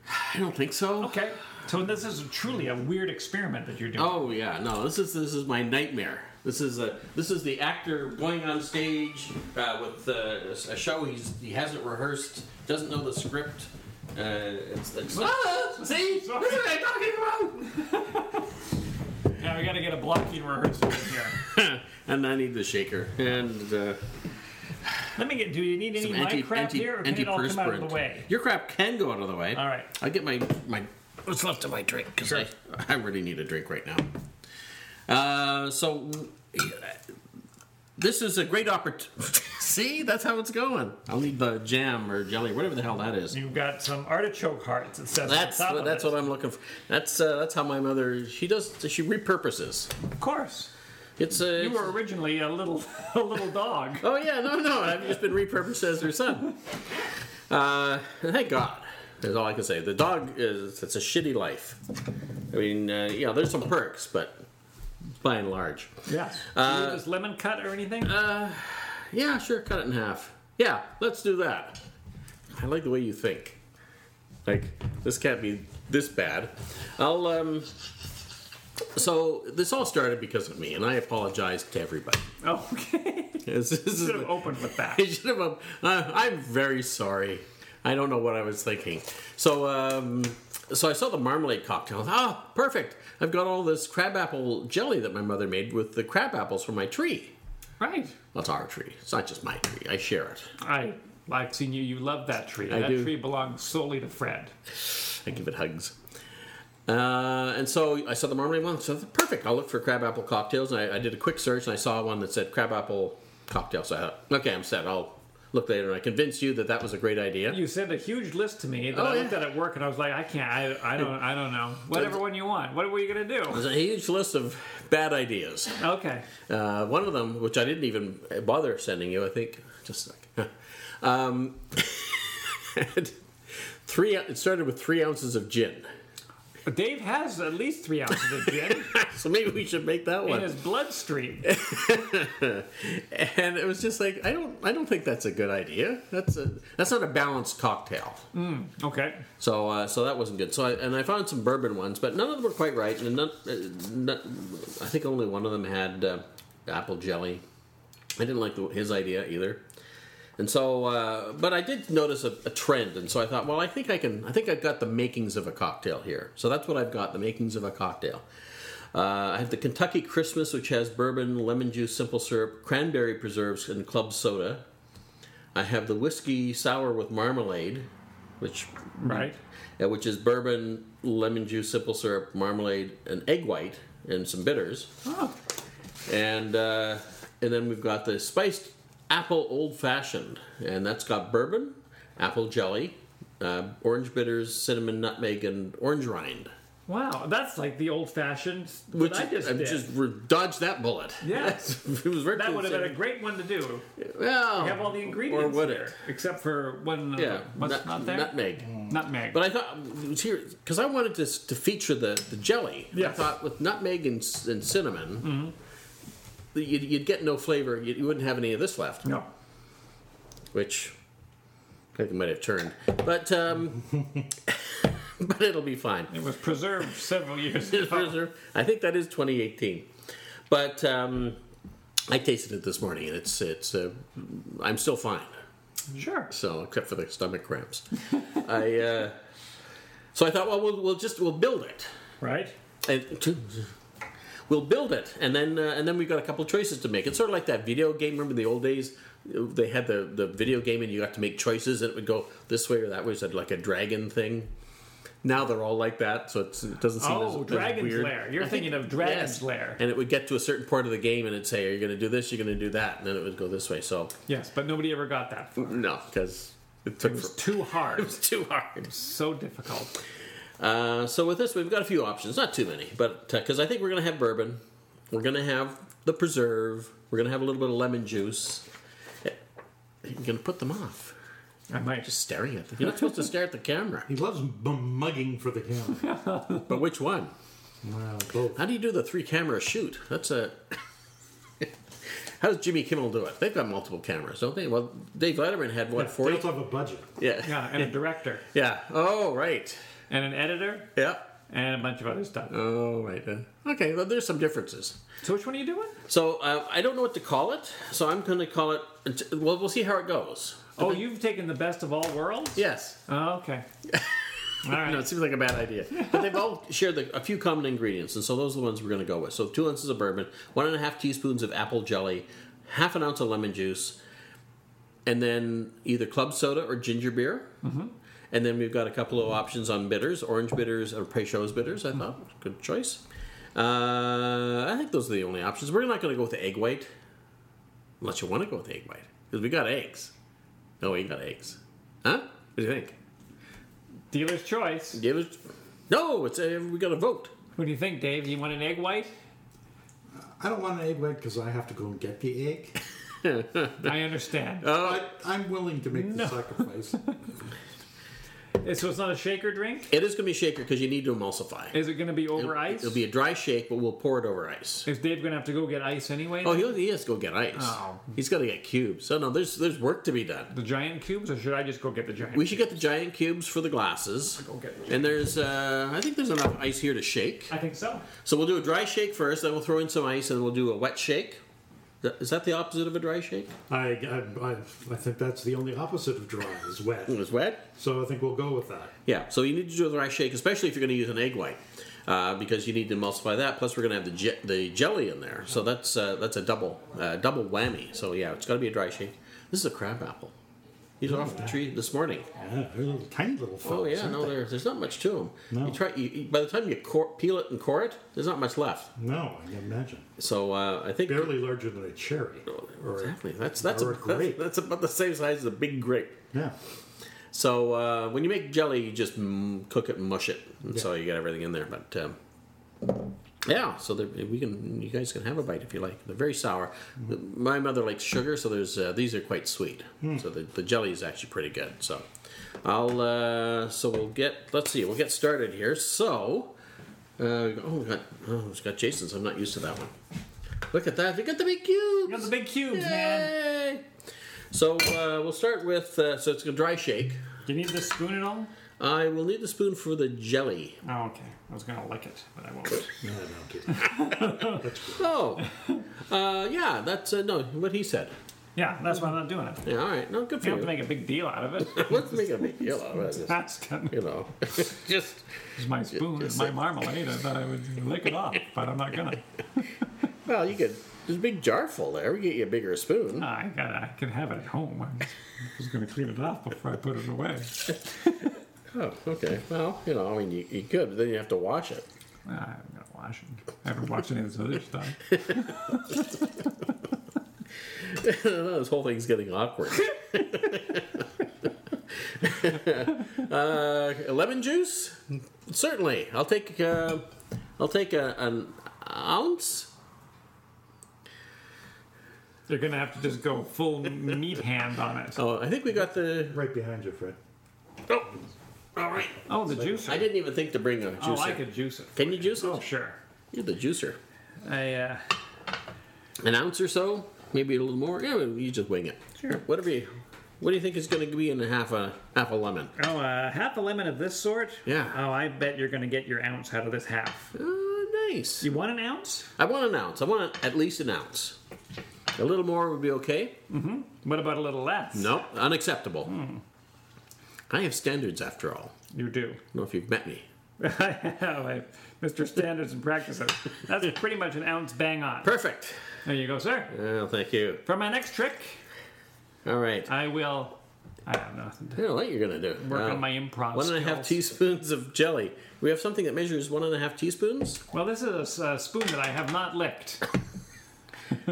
I don't think so.
Okay. So this is truly a weird experiment that you're doing.
Oh yeah, no. This is this is my nightmare. This is a this is the actor going on stage uh, with uh, a show he's he hasn't rehearsed, doesn't know the script. Uh, it's, it's ah, see, this is what I'm talking
Now we got to get a blocking rehearsal in here.
about. and I need the shaker and uh,
Let me get. Do you need any
some
of
anti
my crap
anti
here, or can it all come out of the
antiperspirant.
way?
Your crap can go out of the way.
All right.
I get my my what's left of my drink because I I really need a drink right now. Uh, so this is a great opportunity. See, that's how it's going. I'll need the jam or jelly, whatever the hell that is.
You've got some artichoke hearts. It says
That's
on top of
that's
it.
what I'm looking for. That's uh, that's how my mother she does she repurposes.
Of course,
It's a
you were originally a little a little dog.
Oh yeah, no, no. I've just been repurposed as her son. Uh, thank God. That's all I can say. The dog is it's a shitty life. I mean, uh, you know, there's some perks, but by and large,
Yes.
Uh,
do you use lemon cut or anything?
yeah, sure, cut it in half. Yeah, let's do that. I like the way you think. Like this can't be this bad. I'll um. So this all started because of me, and I apologize to everybody.
oh, okay.
This, this is
Should
the-
have opened with that.
I should have. Uh, I'm very sorry. I don't know what I was thinking. So, um, so I saw the marmalade cocktail. Ah, perfect! I've got all this crabapple jelly that my mother made with the crab apples from my tree.
Right.
Well, it's our tree. It's not just my tree. I share it.
I like seeing you. You love that tree.
I
that
do.
tree belongs solely to Fred.
I give it hugs. Uh, and so I saw the marmalade one. So perfect. I'll look for crabapple cocktails. And I, I did a quick search and I saw one that said crabapple cocktail. So I thought, okay, I'm set. I'll look later. And I convinced you that that was a great idea.
You sent a huge list to me that
Oh,
I looked
yeah.
at at work, and I was like, I can't. I, I don't. I don't know. Whatever one you want. What were you gonna do?
There's a huge list of bad ideas.
Okay.
Uh, one of them, which I didn't even bother sending you, I think, just a second. um, and three. It started with three ounces of gin,
Dave has at least three ounces of gin
so maybe we should make that
in
one.
his bloodstream.
and it was just like I don't, I don't think that's a good idea. That's a, that's not a balanced cocktail.
Okay.
So, uh, so that wasn't good. So, I, and I found some bourbon ones, but none of them were quite right. And none, uh, none, I think only one of them had uh, apple jelly. I didn't like the, his idea either. And so, uh, but I did notice a, a trend, and so I thought, well, I think I can. I think I've got the makings of a cocktail here. So that's what I've got: the makings of a cocktail. Uh, I have the Kentucky Christmas, which has bourbon, lemon juice, simple syrup, cranberry preserves, and club soda. I have the whiskey sour with marmalade, which
Right.
uh, which is bourbon, lemon juice, simple syrup, marmalade, and egg white, and some bitters.
Oh,
And uh, and then we've got the spiced apple old fashioned, and that's got bourbon, apple jelly, uh, orange bitters, cinnamon, nutmeg, and orange rind.
Wow, that's like the old-fashioned that
Which
I just
I
did.
just re- dodged that bullet.
Yeah.
it was virtually
that would have
the
been a
same.
great one to do.
Well,
You have all the ingredients
or would
there,
it?
except for one.
Yeah,
Yeah, what's
nut-
not there?
nutmeg.
Nutmeg.
But I thought it was here because I wanted to s- to feature the, the jelly. I
Yes.
thought with nutmeg and, c- and cinnamon, that you'd, you'd get no flavor. You, you wouldn't have any of this left,
no.
which I think might have turned. But um, but it'll be fine.
It was preserved several years
It is
ago.
preserved. I think that is 2018. But um, I tasted it this morning, and it's it's uh, I'm still fine.
Sure.
So except for the stomach cramps, I uh, so I thought, well, we'll we'll just we'll build it.
Right?
And to, we'll build it, and then uh, and then we've got a couple choices to make. It's sort of like that video game. Remember the old days? They had the, the video game, and you got to make choices, and it would go this way or that way. So like a dragon thing. Now they're all like that, so it's, it doesn't seem as-
Oh,
as
Dragon's
weird.
Lair. You're thinking of Dragon's Lair.
And it would get to a certain part of the game, and it'd say, "Are you going to do this? You're going to do that?" And then it would go this way. So
Yes, but nobody ever got that. far.
no, because it took
It was
for-
too
it
hard.
was too hard.
So difficult.
Uh, so with this, we've got a few options, not too many, but because I think we're going to have bourbon, we're going to have the preserve, we're going to have a little bit of lemon juice. Eh, You're going to put them off.
I might just.
Just staring at them. You're not supposed to stare at the camera.
He loves m- mugging for the camera.
But which one?
wow, both.
How do you do the three camera shoot? That's a. How does Jimmy Kimmel do it? They've got multiple cameras, don't they? Well, Dave Letterman had what
They
forty?
also have a budget.
Yeah,
Yeah, and a director,
yeah. Oh right.
and an editor,
Yeah.
and a bunch of other stuff.
Oh right. Uh, okay. Well, there's some differences.
So which one are you doing?
So uh, I don't know what to call it. So I'm going to call it. Well, we'll see how it goes.
Oh, you've taken the best of all worlds.
Yes.
Oh, okay. All right.
No, it seems like a bad idea. But they've all shared the, a few common ingredients, and so those are the ones we're going to go with. So two ounces of bourbon, one and a half teaspoons of apple jelly, half an ounce of lemon juice, and then either club soda or ginger beer. And then we've got a couple of options on bitters, orange bitters or Peychaud's bitters. I thought good choice. Uh, I think those are the only options. We're not going to go with the egg white, unless you want to go with the egg white, because we got eggs. No, we ain't got eggs, huh? What do you think?
Dealer's choice.
Give us. No, it's uh, we got to vote.
What do you think, Dave? You want an egg white?
I don't want an egg white because I have to go and get the egg.
I
Uh,
understand.
But I'm willing to make the sacrifice.
so it's not a shaker drink.
It is going to be shaker because you need to emulsify.
Is it going to be over
It'll-
ice?
It'll be a dry shake, but we'll pour it over ice.
Is Dave going to have to go get ice anyway?
Oh, he'll, he has to go get ice.
Oh.
He's got to get cubes. So no, there's there's work to be done.
the giant cubes, or should I just go get the giant?
We should get the giant cubes for the glasses.
Go get the
And there's uh, I think there's enough ice here to shake.
I think so.
So we'll do a dry shake first, then we'll throw in some ice, and we'll do a wet shake. Th- Is that the opposite of a dry shake?
I, I, I, I think that's the only opposite of dry is wet.
It was wet.
So I think we'll go with that.
Yeah, so you need to do the rice shake, especially if you're going to use an egg white, uh, because you need to emulsify that. Plus, we're going to have the, je- the jelly in there, so that's uh, that's a double uh, double whammy. So yeah, it's got to be a dry shake. This is a crab apple. He's off the tree this morning.
Yeah, they're little tiny little
Oh
fellas,
yeah,
aren't
no,
they?
there, there's not much to them.
No.
You try. You, you- by the time you core, peel it and core it, there's not much left.
No, I can imagine.
So uh, I think
Barely larger than a cherry. Or,
Oh, exactly that's that's
or a
about,
grape.
that's about the same size as a big grape.
Yeah.
So uh, when you make jelly, you just mm, cook it and mush it, and so you get everything in there. But um, yeah, so there, we can you guys can have a bite if you like. They're very sour. My mother likes sugar, so there's uh, these are quite sweet. So the, the jelly is actually pretty good. So I'll uh, so we'll get let's see we'll get started here. So uh, oh, we got, oh, it's got Jason's. I'm not used to that one. Look at that! We got the big cubes.
We got the big cubes, man.
Yay! So uh, we'll start with uh, so it's a dry shake.
Do you need the spoon at all?
I will need the spoon for the jelly.
Oh, okay. I was going to lick it, but I won't.
No, I don't do that.
Oh, uh, yeah, that's uh, no what he said.
yeah, that's why I'm not doing it.
Yeah, all right, no, good
You don't
for
have to
you.
make a big deal out of it.
Let's make a big deal out of this.
That's good.
You know, just
It's my spoon and my marmalade. I thought I would lick it off, but I'm not gonna.
well, you could. There's a big jar full there. We get you a bigger spoon.
I got. I can have it at home. I'm just- I was gonna clean it off before I put it away.
Oh, okay. Well, you know, I mean, you, you could, but then you have to wash it.
Ah, I'm gonna wash it. I haven't washed any of this other stuff.
I don't know, this whole thing's getting awkward. uh, lemon juice, Certainly, I'll take uh, I'll take a, an ounce.
They're gonna have to just go full meat hand on it.
Oh, I think we got the.
Right behind you, Fred.
Oh, all right.
Oh, the juicer.
I didn't even think to bring a juicer.
Oh, I could juice it.
Can you juice it?
Oh, sure.
You're the juicer.
I uh,
An ounce or so, maybe a little more. Yeah, you just wing it.
Sure.
Whatever you. What do you think is going to be in a half a half a lemon?
oh uh, half a lemon of this sort.
Yeah.
Oh, I bet you're gonna get your ounce out of this half.
Oh, nice.
You want an ounce?
I want an ounce. I want at least an ounce. A little more would be okay.
What about a little less?
No, unacceptable.
Hmm.
I have standards after all. I
You do.
don't know if you've met me.
I- Mr. Standards and Practices. That's pretty much an ounce bang on.
Perfect.
There you go, sir.
Well, thank you.
For my next trick,
All right.
I will. I have nothing to
I don't know what you're gonna do.
work
Uh,
on my improv
one and a half
skills.
teaspoons of jelly. We have something that measures one and a half teaspoons.
Well, this is a spoon that I have not licked.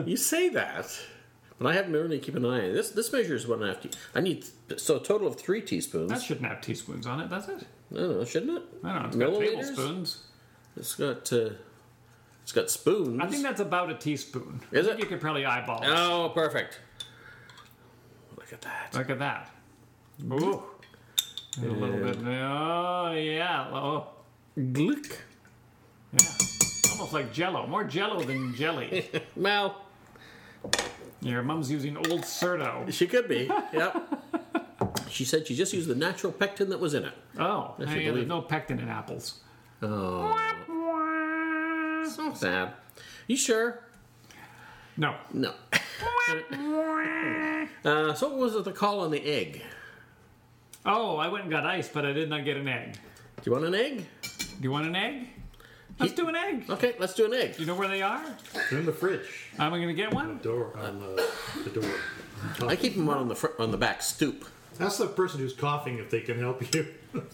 you say that, but I haven't been really keeping an eye on it. this. This measures one and a half. Te- I need so a total of three teaspoons.
That shouldn't have teaspoons on it, does it?
I don't know, shouldn't it?
I don't know. It's got
Milliliters?
tablespoons.
It's got uh, it's got spoons.
I think that's about a teaspoon.
Is
I think
it?
You could probably eyeball it.
Oh, perfect. Look at that.
Look at that. Ooh. And A little bit. Oh, yeah. Oh,
Glick.
yeah. Almost like jello. More jello than jelly.
Well,
Your mum's using old Certo.
she could be. Yep. she said she just used the natural pectin that was in it.
Oh,
should
hey,
believe
there's
it.
no pectin in apples.
Oh, so sad. You sure?
No.
No. uh, so what was it the call on the egg?
Oh, I went and got ice, but I did not get an egg.
Do you want an egg?
Do you want an egg? Let's do an egg.
Okay, let's do an egg.
You know where they are?
It's in the fridge.
Am I going to get one?
Door on the, the door.
I keep them on the fr- on the back stoop.
Ask the person who's coughing if they can help you.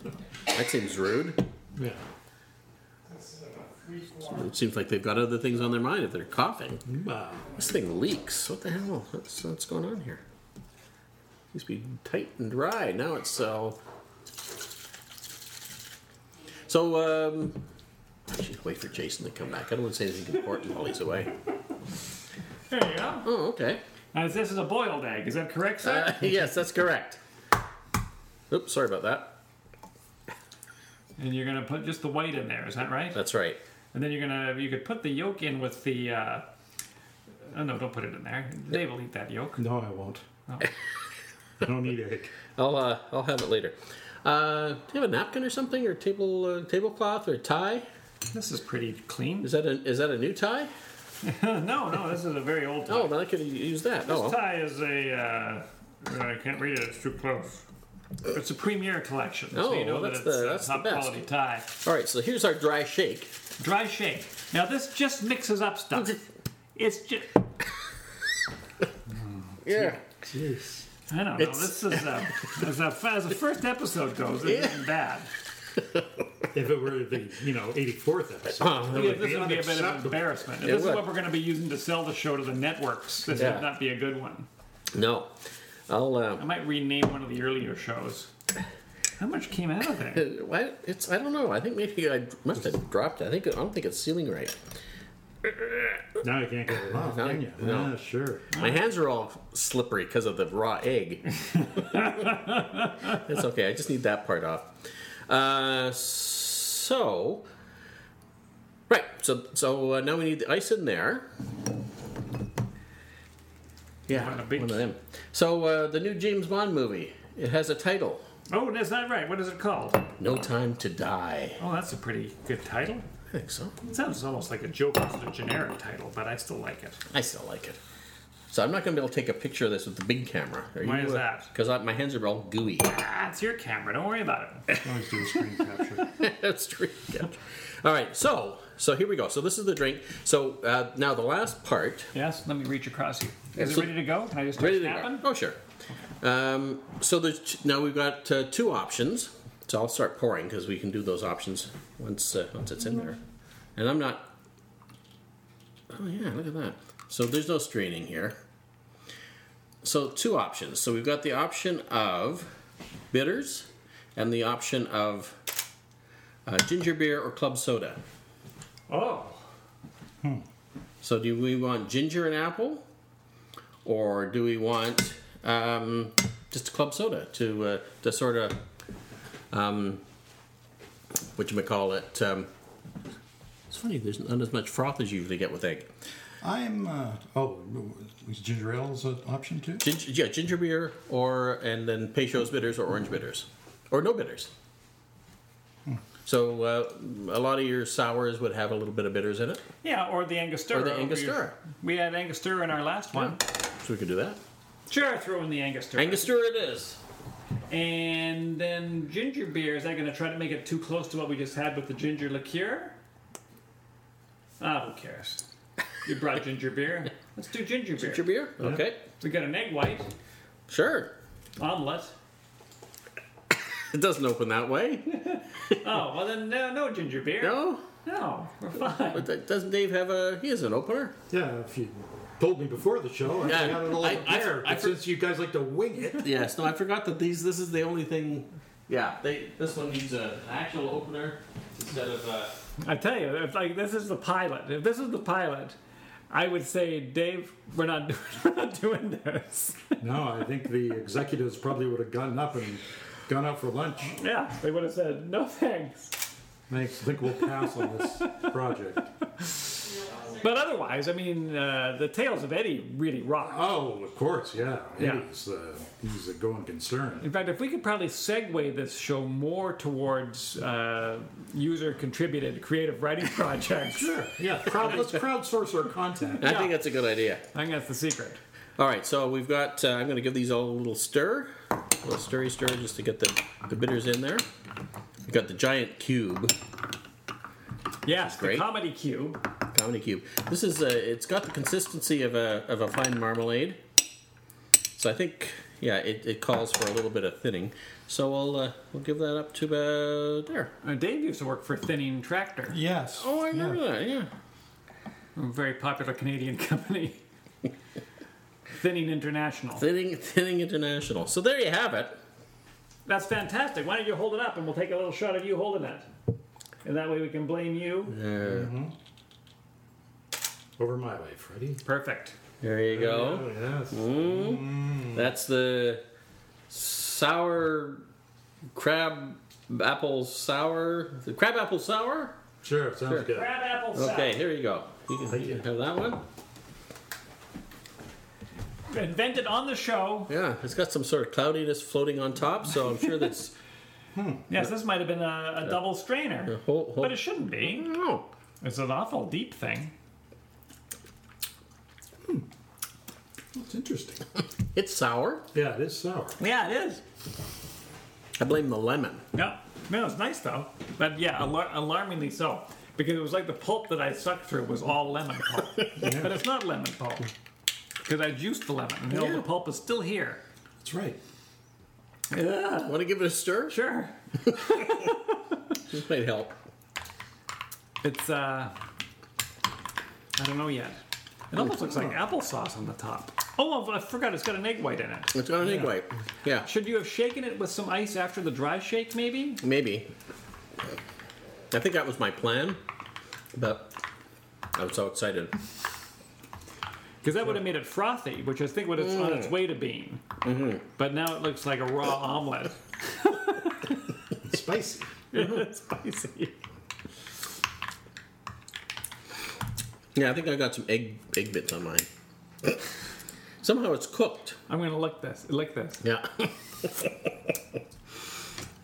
That seems rude.
yeah.
It seems like they've got other things on their mind if they're coughing.
Wow.
This thing leaks. What the hell? What's, what's going on here? It used to be tight and dry. Now it's uh, so. So, um. I should wait for Jason to come back. I don't want to say anything important while he's away.
There you go.
Oh, okay.
Now, this is a boiled egg. Is that correct, sir?
Uh, yes, that's correct. Oops, sorry about that.
and you're going to put just the white in there. Is that right?
That's right.
And then you're gonna you could put the yolk in with the. Uh, oh no! Don't put it in there. They will eat that yolk.
No, I won't. I don't need egg.
I'll uh, I'll have it later. Uh, do you have a napkin or something, or table uh, tablecloth, or tie?
This is pretty clean.
Is that a is that a new tie?
no, no, this is a very old.
Oh,
Tie.
then I could use that.
This
Oh, well.
tie is a. Uh, I can't read it. It's too close. It's a premier collection, so
Oh,
you know
well,
that
that's
it's
the-
uh,
that's the
top
best.
quality tie.
all right. So here's our dry shake.
Dry shake. Now this just mixes up stuff. It's just.
Yeah.
Jeez.
I don't know.
It's-
This is uh as a as the first episode goes. It isn't bad.
If it were the, you know, 84th episode.
Yeah, this would be a bit of
unacceptable.
embarrassment. This is
would.
what we're going to be using to sell the show to the networks. This
Yeah.
would not be a good one.
No. I'll. Uh,
I might rename one of the earlier shows. How much came out of there?
why, it's. I don't know. I think maybe I must have dropped. it. I think. I don't think it's sealing right.
Now you can't get it off,
No,
can you?
no.
Yeah, sure.
My hands are all slippery because of the raw egg. That's okay. I just need that part off. Uh, so, right. So, so uh, now we need the ice in there. Yeah,
Want a big-
one of them. So uh, the new James Bond movie. It has a title.
Oh, is that right? What is it called?
No time to die.
Oh, that's a pretty good title.
I think so.
It sounds almost like a joke. It's a generic title, but I still like it.
I still like it. So I'm not going to be able to take a picture of this with the big camera. Are
Why is that?
Because my hands are all gooey.
Ah, it's your camera. Don't worry about it.
Always do a screen capture.
That's true. Yeah. All right, so so here we go. So this is the drink. So uh, now the last part.
Yes, let me reach across you. Is
So-
it ready to go? Can I just start
Ready to
snapping?
go? Oh sure. Um, so there's t- now we've got uh, two options. So I'll start pouring because we can do those options once uh, once it's in
Mm-hmm.
there. And I'm not. Oh yeah, look at that. So there's no straining here. So two options. So we've got the option of bitters, and the option of Uh, ginger beer or club soda?
Oh.
So do we want ginger and apple, or do we want um, just club soda to uh, to sort of um, what you call it? Um, it's funny. There's not as much froth as you usually get with egg.
I'm. Uh, oh, is ginger ale is an option too?
Ginger, yeah, ginger beer, or and then Peychaud's bitters or orange bitters, or no bitters. So uh, a lot of your sours would have a little bit of bitters in it,
Yeah, or the Angostura.
Or the
We-
Angostura.
We had Angostura in our last one.
so we could do that.
Sure, throw in the Angostura.
Angostura, it is.
and then ginger beer. Is that going to try to make it too close to what we just had with the ginger liqueur? Ah, who cares? You brought ginger beer. Let's do ginger beer.
Ginger beer, okay,
We got an egg white
sure.
omelet.
It doesn't open that way.
Oh, well then, no, no ginger beer.
No,
No, we're fine.
but that- doesn't Dave have a? He has an opener.
Yeah, if you told me before the show, I
Yeah,
had it all
I- I-
there.
I-
but since you guys like to wing it,
Yes. No, I forgot that these. This is the only thing. Yeah, they. This one needs a, an actual opener instead of. Uh,
I tell you, if like this is the pilot, if this is the pilot, I would say, Dave, we're not doing, we're not doing this.
no, I think the executives probably would have gotten up and gone out for lunch.
yeah, they would have said, no thanks.
I think we'll pass on this project.
But otherwise, I mean, uh, the Tales of Eddie really rock.
Oh, of course, yeah.
Yeah.
He's, uh, he's a going concern.
In fact, if we could probably segue this show more towards uh, user contributed creative writing projects,
Sure, yeah. Crowd, let's crowdsource our content.
I think that's a good idea.
I think that's the secret.
All right, so we've got. Uh, I'm going to give these all a little stir, a little stirry stir, just to get the, the bitters in there. We've got the giant cube,
Yes, the
great.
comedy cube.
comedy cube. This is. A, it's got the consistency of a of a fine marmalade. So I think, yeah, it, it calls for a little bit of thinning. So I'll uh, we'll give that up to about there.
Uh, Dave used to work for Thinning Tractor,
Yes.
Oh, I remember that. Yeah.
a very popular Canadian company. Thinning International.
Thinning, thinning International. So there you have it.
That's fantastic. Why don't you hold it up and we'll take a little shot of you holding it? And that way we can blame you.
Uh,
Over my way, Freddie.
Perfect.
There you go.
Oh, yes.
Mm-hmm. That's the sour crab apple sour. The crab apple sour.
Sure, sounds
Sure.
good.
Grab apple cider.
Okay, here you go. You can,
Thank
you can
you.
have that one.
Invented on the show.
Yeah, it's got some sort of cloudiness floating on top, so I'm sure that's
Yes, this might have been a, a double strainer.
a whole. whole
But it shouldn't be.
no.
It's an awful deep thing.
It's interesting.
It's sour.
Yeah, it is sour.
Yeah, it is.
I blame the lemon.
No, no, it's nice though. But yeah, alar- alarmingly so. Because it was like the pulp that I sucked through was all lemon pulp. But it's not lemon pulp. Because I juiced the lemon and all
Yeah.
the pulp is still here.
That's right.
Yeah.
Want to give it a stir?
Sure.
This might help.
It's, uh, I don't know yet. It almost looks like applesauce on the top. Oh, I forgot it's got an egg white in it.
It's got an egg white. Yeah,
Should you have shaken it with some ice after the dry shake, maybe?
maybe. I think that was my plan, but I was so excited.
Because that would have made it frothy, which I think would have on its way to being. But now it looks like a raw omelet.
It's spicy.
it's spicy.
Yeah, I think I got some egg egg bits on mine. Somehow it's cooked.
I'm gonna lick this. Lick this.
Yeah.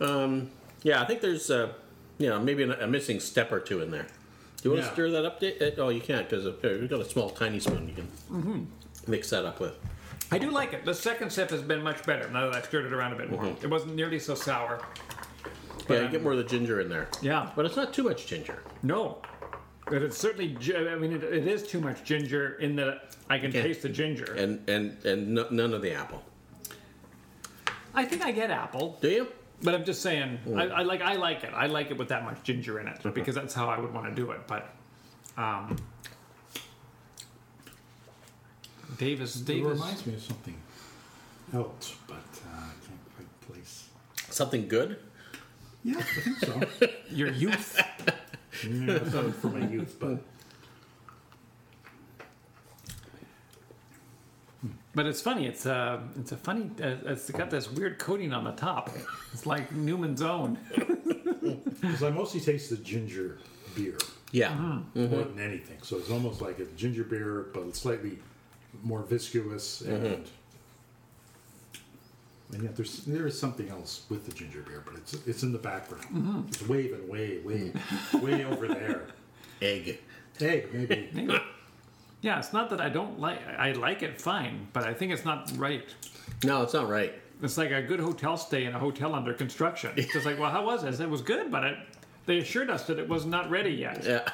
um, yeah, I think there's, uh, you know, maybe a, a missing step or two in there. Do you want to
Yeah.
stir that up? Da- uh, Oh, you can't because you've got a small, tiny spoon. You can mix that up with.
I do like it. The second sip has been much better now that I've stirred it around a bit more. It wasn't nearly so sour.
yeah, you get more of the ginger in there.
Yeah.
But it's not too much ginger.
No. But it's certainly. gi- I mean, it, it is too much ginger in that I can
Yeah.
taste the ginger.
And and and no, none of the apple.
I think I get apple,
Do you?
but I'm just saying. I, I like. I like it. I like it with that much ginger in it because that's how I would want to do it. But. Um, Davis,
It
Davis.
reminds me of something else, but uh, I can't quite place.
Something good?
Yeah, I think so.
Your youth.
yeah, it's not from my youth, but
But it's funny. It's uh, it's a funny. Uh, it's got this weird coating on the top. It's like Newman's Own.
because I mostly taste the ginger beer
Yeah.
more than anything, so it's almost like a ginger beer, but it's slightly more viscous and. And yet, there's there is something else with the ginger beer, but it's it's in the background. It's waving way, way, way over there.
Egg.
Hey, maybe
Maybe. yeah, it's not that I don't like. I like it fine, but I think it's not right.
No, it's not right.
It's like a good hotel stay in a hotel under construction. It's just like, well, how was it? I said, It was good, but it, they assured us that it was not ready yet,
Yeah.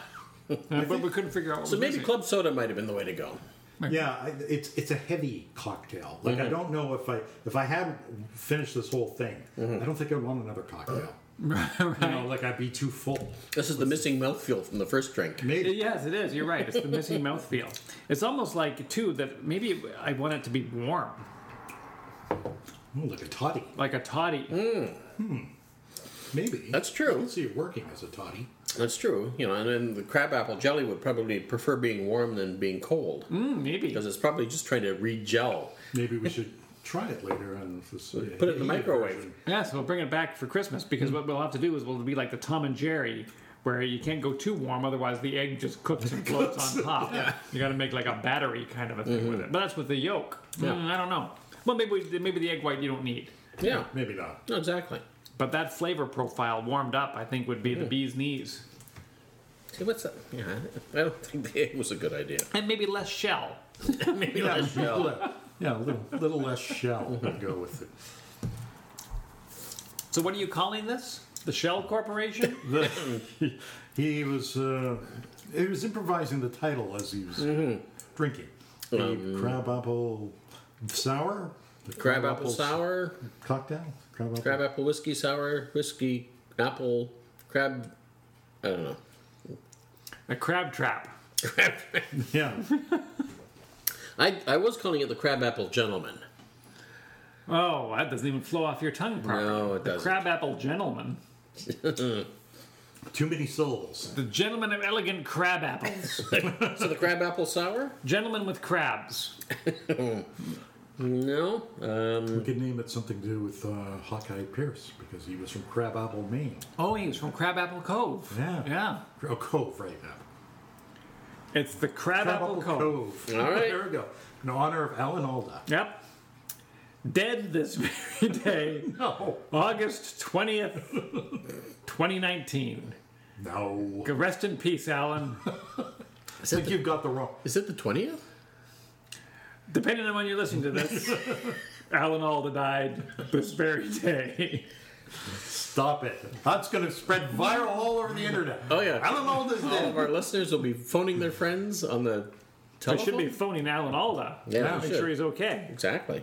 Uh, but we couldn't figure out. What
So
was
maybe
missing.
club soda might have been the way to go.
Yeah, I- it's it's a heavy cocktail. Like
Mm-hmm.
I don't know if I if I hadn't finished this whole thing,
Mm-hmm.
I don't think I'd want another cocktail. You know, like I'd be too full.
This is the missing mouthfeel from the first drink.
Maybe
Yes, it is. You're right. It's the missing mouthfeel. It's almost like too that maybe I want it to be warm,
Ooh, like a toddy.
like a toddy.
Mm.
Maybe
That's true.
I see it working as a toddy.
That's true. You know, and then the crab apple jelly would probably prefer being warm than being cold
Mm, maybe.
because it's probably just trying to re-gel.
Maybe we should try it later and this, uh,
Put it in the
heated
microwave.
version.
Yeah, so we'll bring it back for Christmas because
Hmm.
what we'll have to do is we'll be like the Tom and Jerry, where you can't go too warm, otherwise the egg just cooks and floats on top. You got to make like a battery kind of a thing
Mm-hmm.
with it. But that's with the yolk. Mm, I don't know. Well, maybe we, maybe the egg white you don't need,
Yeah.
Maybe not.
No, exactly.
but that flavor profile warmed up, I think, would be the bee's knees,
See what's that? Yeah, I don't think the egg was a good idea.
and maybe less shell.
Maybe not shell.
Yeah, a little, little less shell would go with it.
So, what are you calling this? The Shell Corporation?
The- he was uh, he was improvising the title as he was
Mm-hmm.
drinking. The crab apple sour. The
Um, Crab apple
apples-
sour,
cocktail. Crab apple.
crab apple whiskey sour, whiskey apple crab. I don't know.
a crab trap.
Yeah.
I I was calling it the crab apple gentleman.
Oh, that doesn't even flow off your tongue properly.
No, it
the
doesn't.
crabapple gentleman.
Too many syllables.
The gentleman of elegant crab apples.
So the crab apple sour?
Gentlemen with crabs.
No. Um,
We could name it something to do with uh, Hawkeye Pierce because he was from Crab Apple, Maine.
Oh, he was from Crabapple Cove.
Yeah.
Yeah.
Oh, Cove, right now.
It's the Crabapple Cove.
All right.
there we go. In honor of Alan Alda.
Yep. Dead this very day,
No.
August 20th, 2019.
No.
Rest in peace, Alan.
I think you've got the wrong.
is it the twentieth?
Depending on when you listen to this, Alan Alda died this very day.
Stop it. That's going to spread viral all over the internet.
Oh yeah.
Alan Alda's
All
dead.
of our listeners will be phoning their friends on the
I
telephone.
should be phoning Alan Alda.
Yeah,
Make
we
sure
should.
he's okay.
exactly.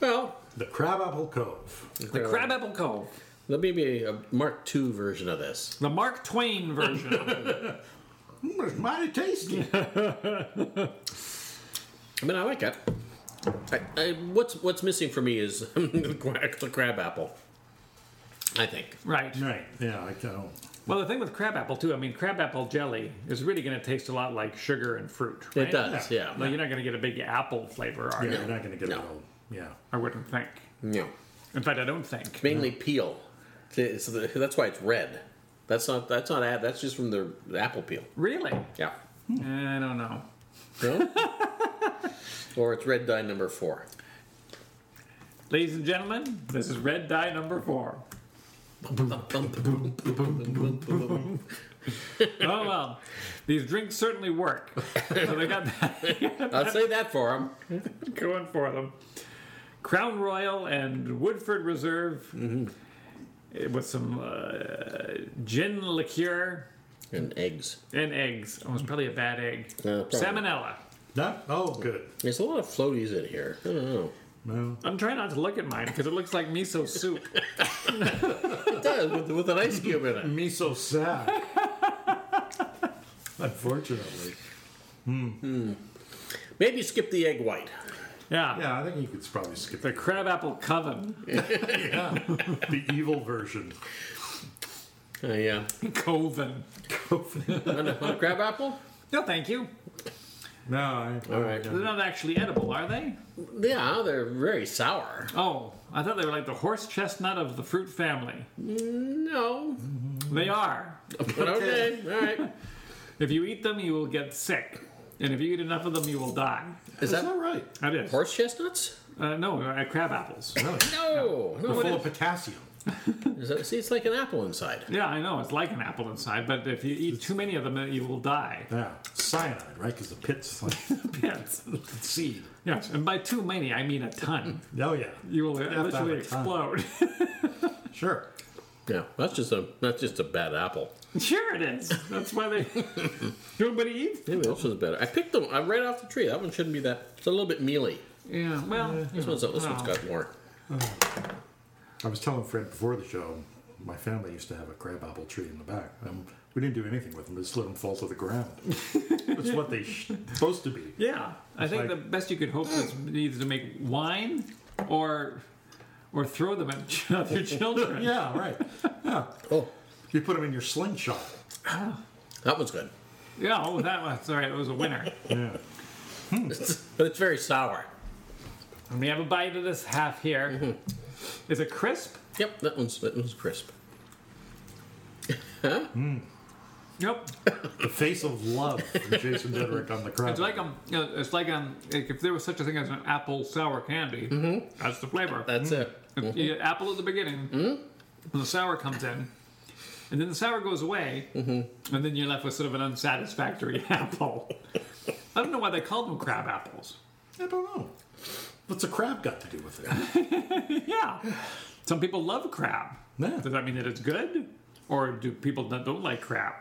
Well,
The Crab Apple Cove.
The Crabapple Cove.
there'll be maybe a Mark II version of this.
The Mark Twain version.
Mm, it's mighty tasty.
I mean, I like it. I, I, what's what's missing for me is the gra- the crab apple. I think.
right.
right. Yeah, I don't.
Well, the thing with crabapple too, I mean, crabapple jelly is really going to taste a lot like sugar and fruit. Right?
It does, yeah.
Like, you're not going to get a big apple flavor, are
Yeah,
you?
you're not going to get
No.
it all. Yeah.
I wouldn't think.
No.
In fact, I don't think.
Mainly peel. It's the- that's why it's red. That's not that's not ad, that's just from the, the apple peel.
Really?
Yeah.
I don't know.
No? or it's red dye number four.
Ladies and gentlemen, this is red dye number four. Oh well, these drinks certainly work. So they got that
I'll say that for him.
going for them. Crown Royal and Woodford Reserve eh,
Mm-hmm.
with some uh, gin liqueur.
And eggs.
And eggs. Oh, it's probably a bad egg.
Yeah, Uh, probably.
Salmonella.
That, oh, good.
There's a lot of floaties in here. I don't know.
No.
I'm trying not to look at mine because it looks like miso soup.
It does with, with an ice cube in it.
Me so sad. Unfortunately.
Maybe skip the egg white.
Yeah.
Yeah, I think you could probably skip
The crabapple coven.
the evil version.
Uh, yeah.
Coven.
Want a- want a crab apple?
No, thank you.
No, I,
All right.
They're not actually edible, are they?
Yeah, they're very sour.
Oh, I thought they were like the horse chestnut of the fruit family.
No,
They are.
but okay. All right.
If you eat them, you will get sick. And if you eat enough of them, you will die.
Is
Is
that
that right?
That is.
horse chestnuts?
Uh, no, uh, crab apples.
No. No.
Full
What
of potassium.
is, is that, see, it's like an apple inside.
Yeah, I know. It's like an apple inside, but if you eat too many of them, you will die.
yeah, cyanide, right? Because the pit's like
Yes.
seed.
Yes. And by too many, I mean a ton.
Oh yeah,
You will
have a
literally
ton.
explode.
sure.
Yeah, that's just a that's just a bad apple.
sure, it is. That's why they. Nobody eats them.
Maybe this was better. I picked them. I'm right off the tree. That one shouldn't be that. It's a little bit mealy.
Yeah, well.
This one's this one's
Oh.
got more.
I was telling Fred before the show. My family used to have a crabapple tree in the back. Um, we didn't do anything with them; just let them fall to the ground. That's what they sh- supposed to be.
Yeah, I think
like-
the best you could hope is either to make wine or or throw them at ch- other children.
Yeah, right. Yeah,
Oh,
you put them in your slingshot.
that one's good,
Yeah, oh, that was sorry, it was a winner.
Yeah,
but it's very sour.
And we have a bite of this half here. Is it crisp?
Yep, that one's that one's crisp.
Yep.
the face of love from Jason Dedrick on the crab.
It's like um, you know, it's like um, like if there was such a thing as an apple sour candy, that's the flavor.
That's it.
If you get apple at the beginning, and the sour comes in, and then the sour goes away, and then you're left with sort of an unsatisfactory apple. I don't know why they called them crab apples.
I don't know. What's a crab got to do with it?
Yeah. Some people love crab.
Yeah.
Does that mean that it's good? Or do people that don't like crab?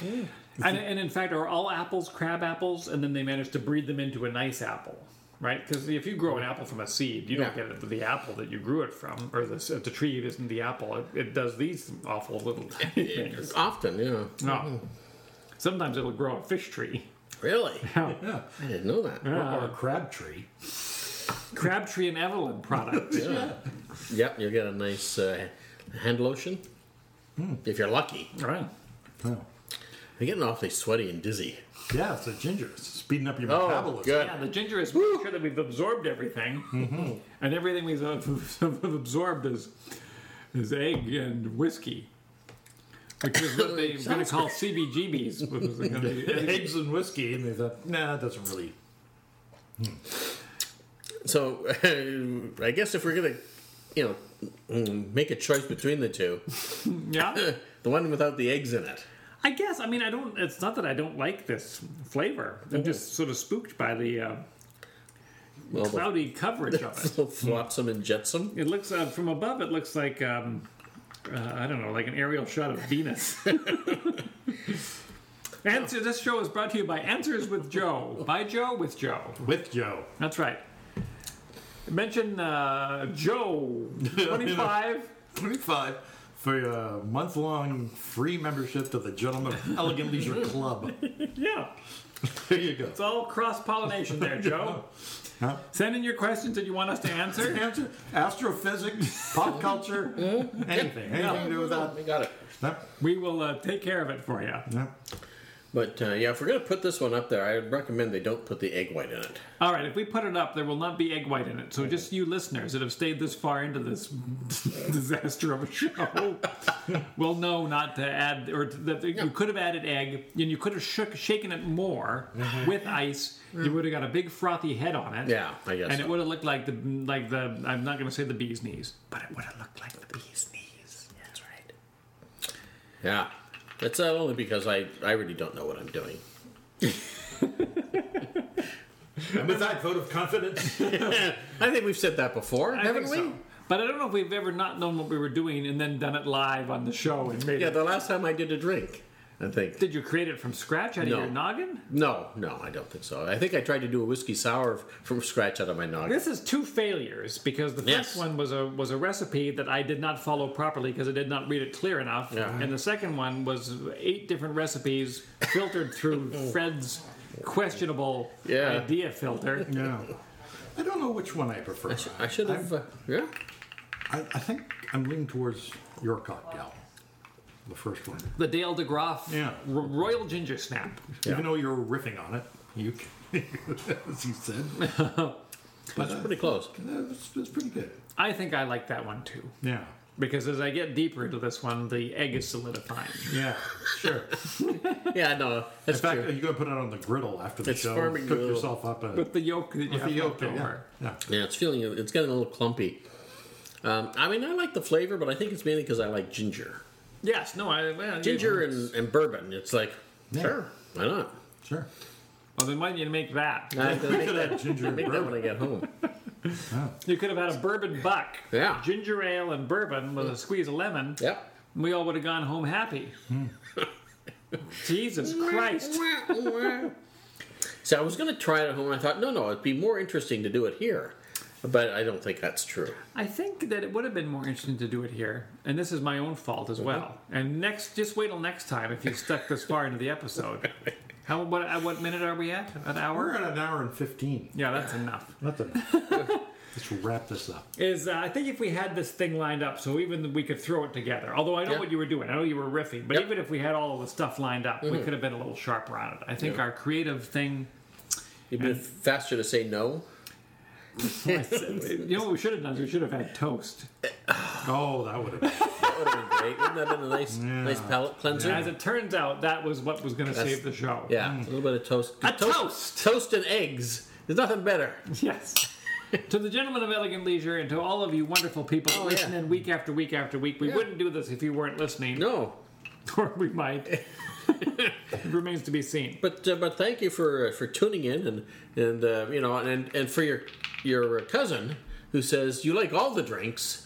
And, and in fact, are all apples crab apples? And then they manage to breed them into a nice apple, right? Because if you grow an apple from a seed, you don't
Yeah.
get it, the apple that you grew it from, or the, s- the tree isn't the apple. It, it does these awful little tiny things.
Often, yeah.
No. Sometimes it'll grow a fish tree.
Really,
Yeah,
I didn't know that.
or, or a crab tree.
Crabtree and Evelyn product.
Yeah. Yep, you'll get a nice uh, hand lotion if you're lucky.
Right.
Yeah.
I'm getting awfully sweaty and dizzy.
Yeah, it's a ginger. It's speeding up your
Oh,
metabolism.
good.
Yeah, the ginger is making sure that we've absorbed everything, and everything we've ab- absorbed is is egg and whiskey, which is what they're going to call CBGBs. which is gonna be egg-
Eggs and whiskey, and they thought, nah, it doesn't really.
So I guess if we're gonna, you know, mm, make a choice between the two,
yeah,
the one without the eggs in it.
I guess. I mean, I don't. It's not that I don't like this flavor. I'm just sort of spooked by the uh,
Well, the
cloudy coverage of it.
little flotsam and jetsam.
It looks uh, from above. It looks like um, uh, I don't know, like an aerial shot of Venus. Answer. This show is brought to you by Answers with Joe. By Joe with Joe.
With Joe.
That's right. Mention uh, Joe twenty five.
25 for a month long free membership to the Gentleman Elegant Leisure Club.
yeah,
There you go.
it's all cross pollination there, Joe.
Oh.
Huh?
Send in your questions that you want us to answer.
Answer astrophysics, pop culture, anything. Anything to do with that.
We got it.
No,
We will uh, take care of it for you.
no.
But uh, yeah, if we're gonna put this one up there, I would recommend they don't put the egg white in it.
All right, if we put it up, there will not be egg white in it. So just you listeners that have stayed this far into this disaster of a show will know not to add, or to, that you could have added egg, and you could have shook, shaken it more
Mm-hmm.
with ice. You would have got a big frothy head on it.
Yeah, I guess.
And
so.
it would have looked like the like the I'm not going to say the bee's knees, but it would have looked like the bee's knees. That's right.
Yeah, that's not only because I I really don't know what I'm doing.
And with that vote of confidence,
I think we've said that before,
I
haven't
think
we?
so. But I don't know if we've ever not known what we were doing and then done it live on the show and made
Yeah,
it.
the last time I did a drink, I think.
Did you create it from scratch out
No.
of your noggin?
No, no, I don't think so. I think I tried to do a whiskey sour f- from scratch out of my noggin.
This is two failures because the first
Yes.
one was a was a recipe that I did not follow properly because I did not read it clear enough,
Yeah.
and the second one was eight different recipes
Oh.
filtered through Fred's questionable
Yeah.
idea filter.
yeah.
I don't know which one I prefer.
I, sh- I should have. Uh, yeah.
I, I think I'm leaning towards your cocktail, the first one.
The Dale DeGroff
Yeah.
Ro- Royal Ginger Snap.
Even though you're riffing on it, you can, as you said,
That's pretty close.
that's, that's pretty good.
I think I like that one too.
Yeah,
Because as I get deeper into this one, the egg is solidifying.
yeah, sure.
Yeah, no, that's
In fact,
true.
you're gonna put it on the griddle after the
It's
show.
farming
cook
griddle.
yourself up a
But the yolk that you
with
have
the yolk.
left
in, Yeah,
over.
yeah.
Yeah, it's feeling. It's getting a little clumpy. Um, I mean, I like the flavor, but I think it's mainly because I like ginger,
Yes, no, I well,
ginger,
you-
and, and bourbon. It's like,
Yeah.
sure, why not?
sure.
Well, then why didn't you make that?
I have to make
Look at
that,
that ginger
make that when I
bourbon.
get home.
You could have had a bourbon buck.
Yeah.
Ginger ale and bourbon with a squeeze of lemon.
Yep.
and We all would have gone home happy. Jesus Christ.
so I was going to try it at home. I thought, no, no, it'd be more interesting to do it here, but I don't think that's true.
I think that it would have been more interesting to do it here, and this is my own fault as well. And next, just wait till next time if you stuck this far into the episode. How what uh, what minute are we at? An
We're
hour?
at an hour and fifteen.
Yeah, that's enough.
Nothing. Let's wrap this up.
Is uh, I think if we had this thing lined up, so even we could throw it together. Although I know
Yeah.
what you were doing, I know you were riffing, but
Yep. Mm-hmm.
even if we had all of the stuff lined up, we could have been a little sharper on it. I think
Yeah.
our creative thing.
It'd be faster to say no.
You know what we should have done? is We should have had toast.
Oh, that would have. been...
That would have been great. Wouldn't that have been a nice, nice palate cleanser?
As it turns out, that was what was going to save the show.
Yeah, Mm. a little bit of toast.
A toast!
toast, toast and eggs. There's nothing better.
Yes. to the gentlemen of elegant leisure and to all of you wonderful people that
Oh,
listen
yeah.
in week after week after week, we
Yeah.
wouldn't do this if you weren't listening,
No,
or we might. it remains to be seen.
but uh, but thank you for uh, for tuning in and and uh, you know and and for your your cousin who says you like all the drinks.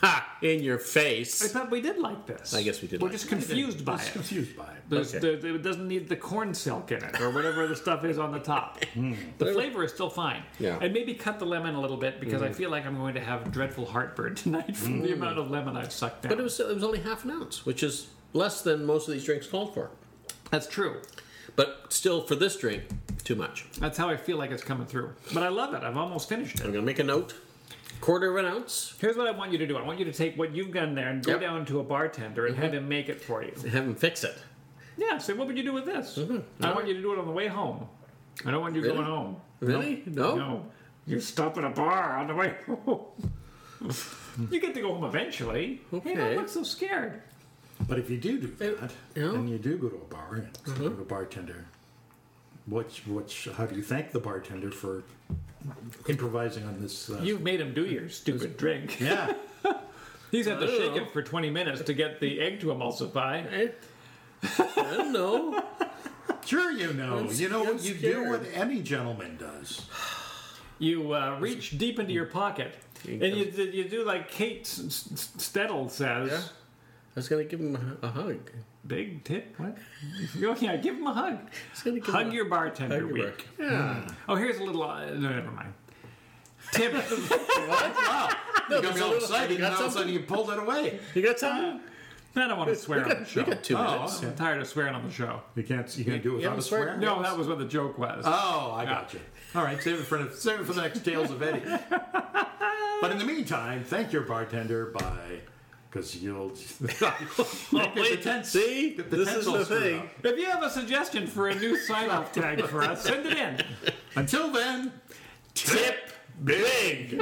Ha! In your
I
face.
thought we did like this.
I guess we did
We're
like
just confused by
Just
it.
confused by it.
There's-
Okay.
there- there- it doesn't need the corn silk in it or whatever the stuff is on the top. The flavor is still fine.
Hmm. Yeah. Hmm.
And maybe cut the lemon a little bit because I feel like I'm going to have dreadful heartburn tonight from the amount of lemon I've sucked down.
But it was it was only half an ounce, which is less than most of these drinks called for.
That's true.
But still, for this drink, too much.
That's how I feel like it's coming through. But I love it. I've almost finished it.
I'm gonna make a note. Quarter of an ounce.
Here's what I want you to do. I want you to take what you've done there and go
Yep.
down to a bartender and have him make it for you.
Have him fix it. Mm-hmm.
Yeah, say, what would you do with this? I want you to do it on the way home. I don't want you
Really?
going home.
Really? No.
No. You stop at a bar on the way home. you get to go home eventually. Hey,
Okay.
don't look so scared.
But if you do do that,
yeah. Uh-huh.
and you do go to a bar and go to a bartender, which which how do you thank the bartender for improvising on this? Uh,
You've made him do your stupid drink.
yeah,
He's had to
I don't
shake
know.
it for 20 minutes to get the egg to emulsify.
I, I don't know.
sure you know.
I'm
you know
scared.
what you do what any gentleman does.
You uh, reach deep into your pocket, and you, you do like Kate S- S- Steddle says.
Yeah. I was gonna give him a hug.
Big tip? What? oh, yeah, give him a hug.
I was gonna give him
Hug
a-
your bartender
hug your
week.
back.
Oh, here's a little. Uh, no, never mind. Tip.
No,
You got
there's
me
a
all
little-
excited,
you got
and all of a
something?
sudden you Oh. pulled it away.
You got something?
I don't want to swear
We
on the
got, we
show.
got two minutes.
I'm tired of swearing on the show.
You can't. You can't do it
Yeah,
without a
that's right.
swear.
No, that was what the joke was.
Oh, I got you. All right, save it for the, save it for the next tales of Eddie. but in the meantime, thank your bartender by because you'll.
Oh, Wait, see,
the
this is
tent's all
the
screwed
thing.
up.
if you have a suggestion for a new sign off tag for us, send it in.
Until then,
Tip big.